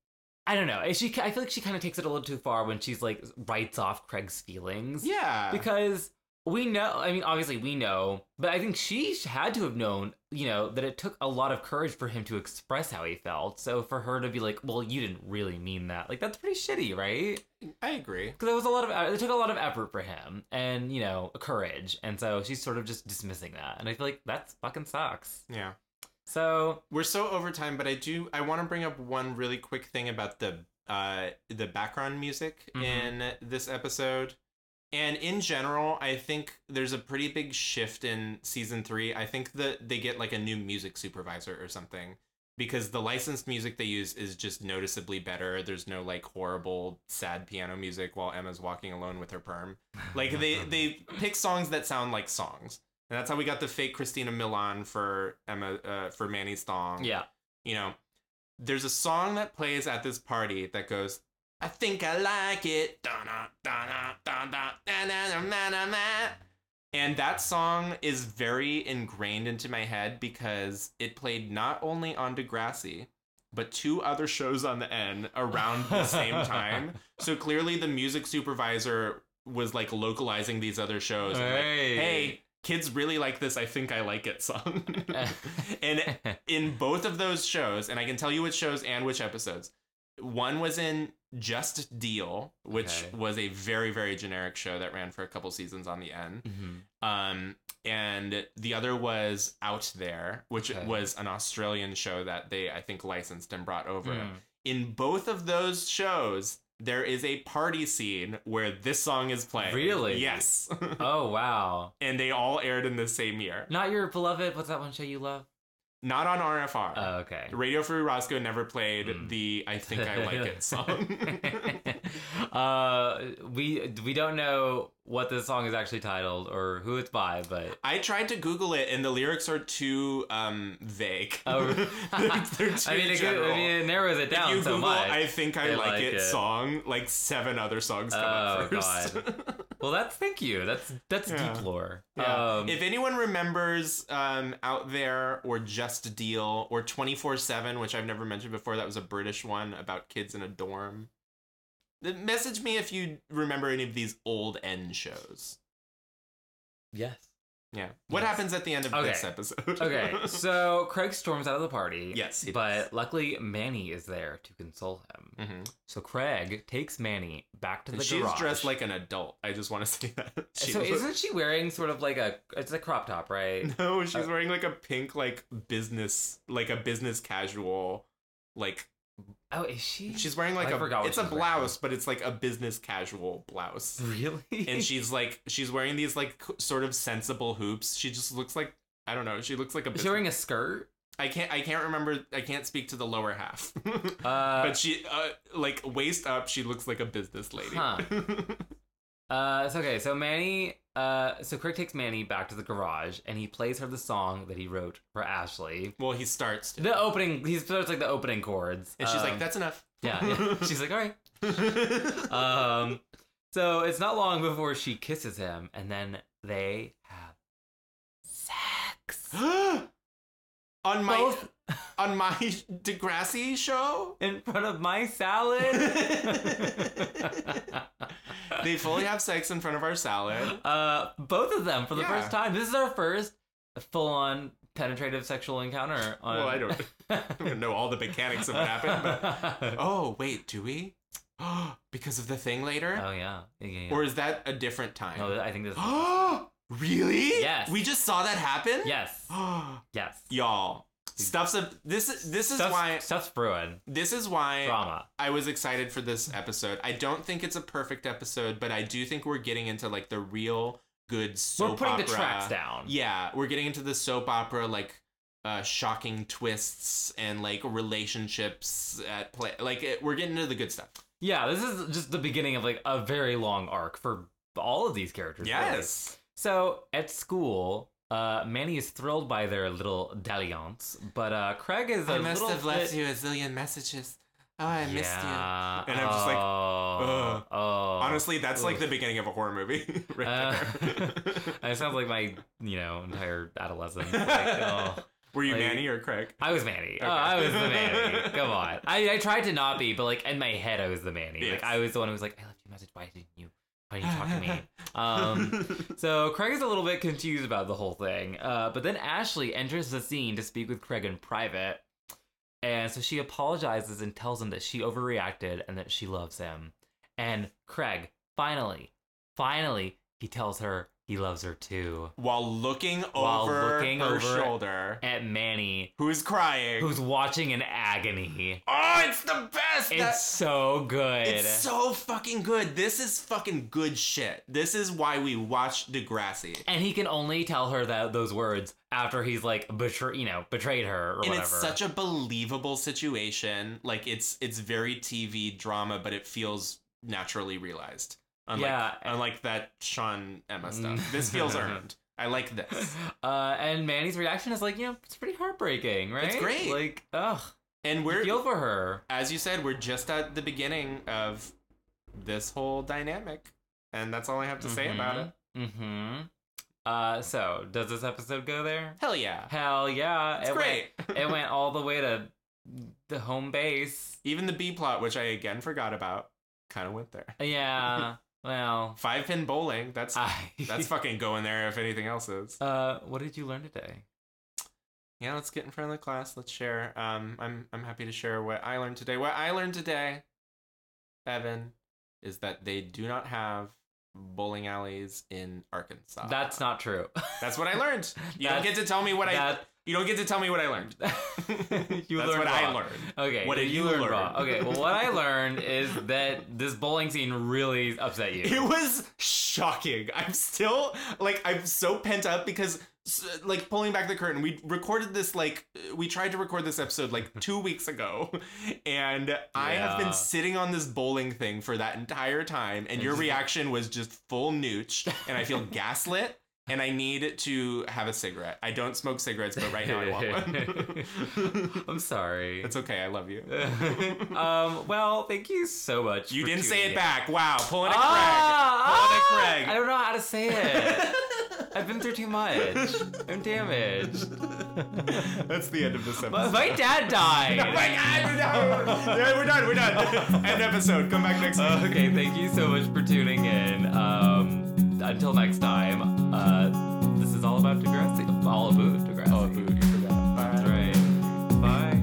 Speaker 1: I don't know. eh, She, I feel like she kind of takes it a little too far when she's like writes off Craig's feelings.
Speaker 2: Yeah.
Speaker 1: because we know. I mean, obviously we know, but I think she had to have known. You know that it took a lot of courage for him to express how he felt. So for her to be like, "Well, you didn't really mean that," like that's pretty shitty, right?
Speaker 2: I agree.
Speaker 1: Because it was a lot of. uh, It took a lot of effort for him, and you know, courage. And so she's sort of just dismissing that, and I feel like that's fucking sucks.
Speaker 2: Yeah.
Speaker 1: So
Speaker 2: We're so over time, but I do I want to bring up one really quick thing about the uh the background music
Speaker 1: Mhm.
Speaker 2: in this episode. And in general, I think there's a pretty big shift in season 3. I think that they get like a new music supervisor or something because the licensed music they use is just noticeably better. There's no like horrible sad piano music while Emma's walking alone with her perm. Like they they pick songs that sound like songs. And that's how we got the fake Christina Milan for Emma uh, for Manny's thong
Speaker 1: yeah,
Speaker 2: you know, there's a song that plays at this party that goes, I think I like it. Dun-dun, dun-dun, dun-dun, na-na-na, na-na-na. And that song is very ingrained into my head because it played not only on Degrassi, but two other shows on the N around the same time. So clearly the music supervisor was like localizing these other shows. and, like, hey, kids really like this. I think I like
Speaker 1: (laughs)
Speaker 2: it song. (laughs) and (laughs) in both of those shows, and I can tell you which shows and which episodes. One was in Just Deal, which
Speaker 1: Okay.
Speaker 2: was a very very generic show that ran for a couple seasons on the end.
Speaker 1: Mhm.
Speaker 2: Um, and the other was Out There, which
Speaker 1: Okay.
Speaker 2: was an Australian show that they I think licensed and brought over.
Speaker 1: Mm.
Speaker 2: (laughs) In both of those shows, there is a party scene where this song is playing.
Speaker 1: Really?
Speaker 2: Yes. (laughs)
Speaker 1: Oh wow.
Speaker 2: and they all aired in the same year.
Speaker 1: Not your beloved. What's that one show you love?
Speaker 2: Not on RFR.
Speaker 1: Oh, okay.
Speaker 2: Radio Free Roscoe never played
Speaker 1: Mm.
Speaker 2: the I Think I Like
Speaker 1: (laughs)
Speaker 2: It song.
Speaker 1: (laughs)
Speaker 2: (laughs)
Speaker 1: uh, we we don't know what this song is actually titled or who it's by, but
Speaker 2: I tried to Google it and the lyrics are too um, vague. (laughs)
Speaker 1: Oh.
Speaker 2: they're,
Speaker 1: (laughs)
Speaker 2: they're too
Speaker 1: I mean, it, go-
Speaker 2: general.
Speaker 1: I mean, it narrows it down
Speaker 2: if you
Speaker 1: so
Speaker 2: Google
Speaker 1: much.
Speaker 2: I Think I
Speaker 1: they
Speaker 2: Like,
Speaker 1: like
Speaker 2: it,
Speaker 1: it.
Speaker 2: song, like seven other songs come up
Speaker 1: Oh,
Speaker 2: first. (laughs)
Speaker 1: Well, that's thank you. That's that's
Speaker 2: Yeah.
Speaker 1: deep lore.
Speaker 2: Yeah.
Speaker 1: Um,
Speaker 2: if anyone remembers um, Out There or Just Deal or 24 7, which I've never mentioned before, that was a British one about kids in a dorm. Then Message me if you remember any of these old end shows. (laughs)
Speaker 1: yes.
Speaker 2: Yeah. What
Speaker 1: Yes.
Speaker 2: happens at the end of
Speaker 1: Okay.
Speaker 2: this episode? (laughs)
Speaker 1: Okay, so Craig storms out of the party.
Speaker 2: Yes, he
Speaker 1: but
Speaker 2: does.
Speaker 1: luckily Manny is there to console him.
Speaker 2: hmm
Speaker 1: So Craig takes Manny back to Mm-hmm. the
Speaker 2: And she's
Speaker 1: garage.
Speaker 2: dressed like an adult. I just want to (laughs) say that. She
Speaker 1: so
Speaker 2: was- (laughs)
Speaker 1: isn't she wearing sort of like a it's a crop top, right?
Speaker 2: No, she's
Speaker 1: Uh,
Speaker 2: wearing like a pink, like business, like a business casual, like
Speaker 1: Oh, is she?
Speaker 2: she's wearing like
Speaker 1: I
Speaker 2: a.
Speaker 1: forgot what
Speaker 2: it's a
Speaker 1: she's wearing.
Speaker 2: blouse, but it's like a business casual blouse.
Speaker 1: really.
Speaker 2: and (laughs) she's like she's wearing these like c- sort of sensible hoops. She just looks like I don't know. She looks like a.
Speaker 1: is
Speaker 2: Business.
Speaker 1: she wearing a skirt?
Speaker 2: I can't. I can't remember. I can't speak to the lower half. (laughs)
Speaker 1: Uh,
Speaker 2: but she, uh, like waist up, she looks like a business lady.
Speaker 1: Huh. Uh, it's okay. So Manny, uh, so Craig takes Manny back to the garage, and he plays her the song that he wrote for Ashley.
Speaker 2: (laughs) well, he starts, to,
Speaker 1: The opening, he starts like the opening chords,
Speaker 2: and she's like,
Speaker 1: Um, (laughs)
Speaker 2: "That's enough."
Speaker 1: yeah,
Speaker 2: (laughs)
Speaker 1: yeah." She's like, "All right." Um, so it's not long before she kisses him, and then they have sex.
Speaker 2: on my
Speaker 1: Both
Speaker 2: on my (laughs) Degrassi show,
Speaker 1: in front of my
Speaker 2: (laughs)
Speaker 1: (laughs) salad.
Speaker 2: they fully have sex in front of
Speaker 1: (gasps)
Speaker 2: our salad.
Speaker 1: uh, both of them for the
Speaker 2: Yeah.
Speaker 1: first time. This is our first full-on penetrative sexual encounter. On...
Speaker 2: Well,
Speaker 1: (laughs)
Speaker 2: I don't- I don't know all the mechanics of what happened, but oh wait, do we? (gasps) because of the thing later,
Speaker 1: (laughs) Oh yeah. yeah, yeah, yeah.
Speaker 2: or is that a different time?
Speaker 1: no, I think this.
Speaker 2: (gasps) really?
Speaker 1: Yes.
Speaker 2: We just saw that happen.
Speaker 1: yes, yes.
Speaker 2: (gasps) Y'all, stuff's a this. is- This is
Speaker 1: Stuff's-
Speaker 2: why. Eh,
Speaker 1: stuff's brewing.
Speaker 2: This is why
Speaker 1: Drama.
Speaker 2: I was excited for this episode. I don't think it's a perfect episode, but I do think we're getting into like the real good soap
Speaker 1: We're putting
Speaker 2: opera.
Speaker 1: the tracks down.
Speaker 2: Yeah, we're getting into the soap opera like uh, shocking twists and like relationships at play. Like it, we're getting into the good stuff.
Speaker 1: Yeah, This is just the beginning of like a very long arc for all of these characters. really.
Speaker 2: Yes.
Speaker 1: So at school. Uh, Manny is thrilled by their little dalliance, but uh, Craig is a little bit...
Speaker 2: you a zillion messages. Oh, I
Speaker 1: yeah.
Speaker 2: And I'm just like,
Speaker 1: oh,
Speaker 2: ugh.
Speaker 1: oh.
Speaker 2: Honestly, that's like
Speaker 1: Ugh.
Speaker 2: the beginning of a horror movie, (laughs) right
Speaker 1: Uh,
Speaker 2: there. (laughs)
Speaker 1: (laughs) it sounds like my, you know, entire adolescence. Like, oh.
Speaker 2: Were you
Speaker 1: like-
Speaker 2: Manny or Craig?
Speaker 1: I was Manny.
Speaker 2: Okay.
Speaker 1: Oh, I was the
Speaker 2: (laughs)
Speaker 1: Manny. Come on. I, I tried to not be, but like in my head, I was the Manny.
Speaker 2: Yes.
Speaker 1: Like I was the one who was like, I left you a message. Why didn't you? Why didn't you talk to
Speaker 2: (laughs)
Speaker 1: me? Um, so Craig is a little bit confused about the whole thing. Uh, but then Ashley enters the scene to speak with Craig in private. And so she apologizes and tells him that she overreacted and that she loves him. And Craig, finally, finally, he tells her he loves her too.
Speaker 2: while looking
Speaker 1: While
Speaker 2: over
Speaker 1: looking
Speaker 2: her
Speaker 1: over-
Speaker 2: shoulder,
Speaker 1: At Manny,
Speaker 2: who's crying.
Speaker 1: who's watching in agony.
Speaker 2: oh, it's the best.
Speaker 1: It's
Speaker 2: That-
Speaker 1: so good.
Speaker 2: It's so fucking good. This is fucking good shit. This is why we watch Degrassi.
Speaker 1: and he can only tell her that those words after he's like betray, you know, betrayed her or
Speaker 2: and
Speaker 1: whatever.
Speaker 2: it's such a believable situation. Like it's it's very TV drama, but it feels naturally realized. Unlike,
Speaker 1: Yeah.
Speaker 2: Unlike that Sean Emma stuff. This feels earned. I like this.
Speaker 1: (laughs) uh, and Manny's reaction is like, you know, it's pretty heartbreaking, right?
Speaker 2: great.
Speaker 1: Like, ugh,
Speaker 2: And
Speaker 1: I
Speaker 2: we're
Speaker 1: feel for her.
Speaker 2: as you said, we're just at the beginning of this whole dynamic, and that's all I have to say about it.
Speaker 1: Mm-hmm. Uh, so does this episode go there?
Speaker 2: Hell yeah,
Speaker 1: Hell yeah!
Speaker 2: it's
Speaker 1: it
Speaker 2: great.
Speaker 1: (laughs) Went,
Speaker 2: (laughs)
Speaker 1: it went all the way to the home base.
Speaker 2: Even the B plot, which I again forgot about, kind of went there. (laughs)
Speaker 1: Yeah. well,
Speaker 2: Five pin bowling. That's
Speaker 1: I. (laughs)
Speaker 2: that's fucking going there. If anything else is,
Speaker 1: uh, what did you learn today?
Speaker 2: yeah. Let's get in front of the class. Let's share. Um, I'm I'm happy to share what I learned today. What I learned today, Evan, is that they do not have bowling alleys in Arkansas.
Speaker 1: That's not
Speaker 2: (laughs)
Speaker 1: true.
Speaker 2: That's what I learned. You don't
Speaker 1: That's-
Speaker 2: get to tell me what I.
Speaker 1: that-
Speaker 2: You don't get to tell me what I learned.
Speaker 1: (laughs) You
Speaker 2: That's
Speaker 1: learned
Speaker 2: what I
Speaker 1: raw.
Speaker 2: learned.
Speaker 1: Okay.
Speaker 2: What did you
Speaker 1: learn?
Speaker 2: learn?
Speaker 1: Rob? Okay. Well, what I learned is that this bowling scene really upset
Speaker 2: (laughs)
Speaker 1: (laughs)
Speaker 2: It
Speaker 1: you.
Speaker 2: was shocking. I'm still like I'm so pent up because s- like pulling back the curtain. We recorded this like we tried to record this
Speaker 1: (laughs)
Speaker 2: episode like 2 weeks ago and I have
Speaker 1: Yeah.
Speaker 2: been sitting on this bowling thing for that entire time and
Speaker 1: And
Speaker 2: your
Speaker 1: just-
Speaker 2: reaction was just full nooch and
Speaker 1: (laughs)
Speaker 2: I feel gaslit. And I need to have a cigarette. I don't smoke cigarettes, but right now
Speaker 1: (laughs)
Speaker 2: I want (laughs) one.
Speaker 1: I'm sorry.
Speaker 2: It's okay. I love you.
Speaker 1: (laughs) um. Well, thank you so much.
Speaker 2: You
Speaker 1: for
Speaker 2: didn't say
Speaker 1: tuning
Speaker 2: it
Speaker 1: in.
Speaker 2: back. Wow. Pulling a Craig.
Speaker 1: Ah,
Speaker 2: Pulling a
Speaker 1: ah,
Speaker 2: Craig.
Speaker 1: I don't know how to say it.
Speaker 2: (laughs)
Speaker 1: I've been through too much. I'm damaged.
Speaker 2: That's the end of this episode.
Speaker 1: My, my dad died.
Speaker 2: Oh (laughs) my God, we're done. (laughs) Yeah, we're done. We're done. (laughs) End episode. Come back next week.
Speaker 1: (laughs) Okay, thank you so much for tuning in. Um, until next time, uh, this is all about Degrassi. All about Degrassi.
Speaker 2: Oh, boo, you forgot. Bye.
Speaker 1: Right. Bye.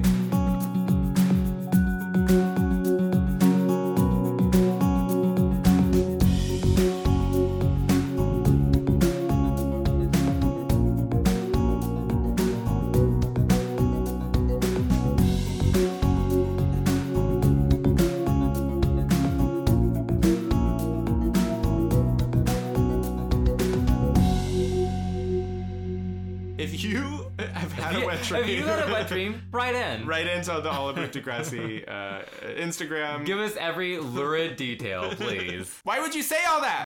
Speaker 2: If you have had a wet dream,
Speaker 1: If you had a wet
Speaker 2: (laughs)
Speaker 1: dream, right in.
Speaker 2: right into the Oliver Degrassi uh, Instagram.
Speaker 1: Give us every lurid detail, please.
Speaker 2: Why would you say all that?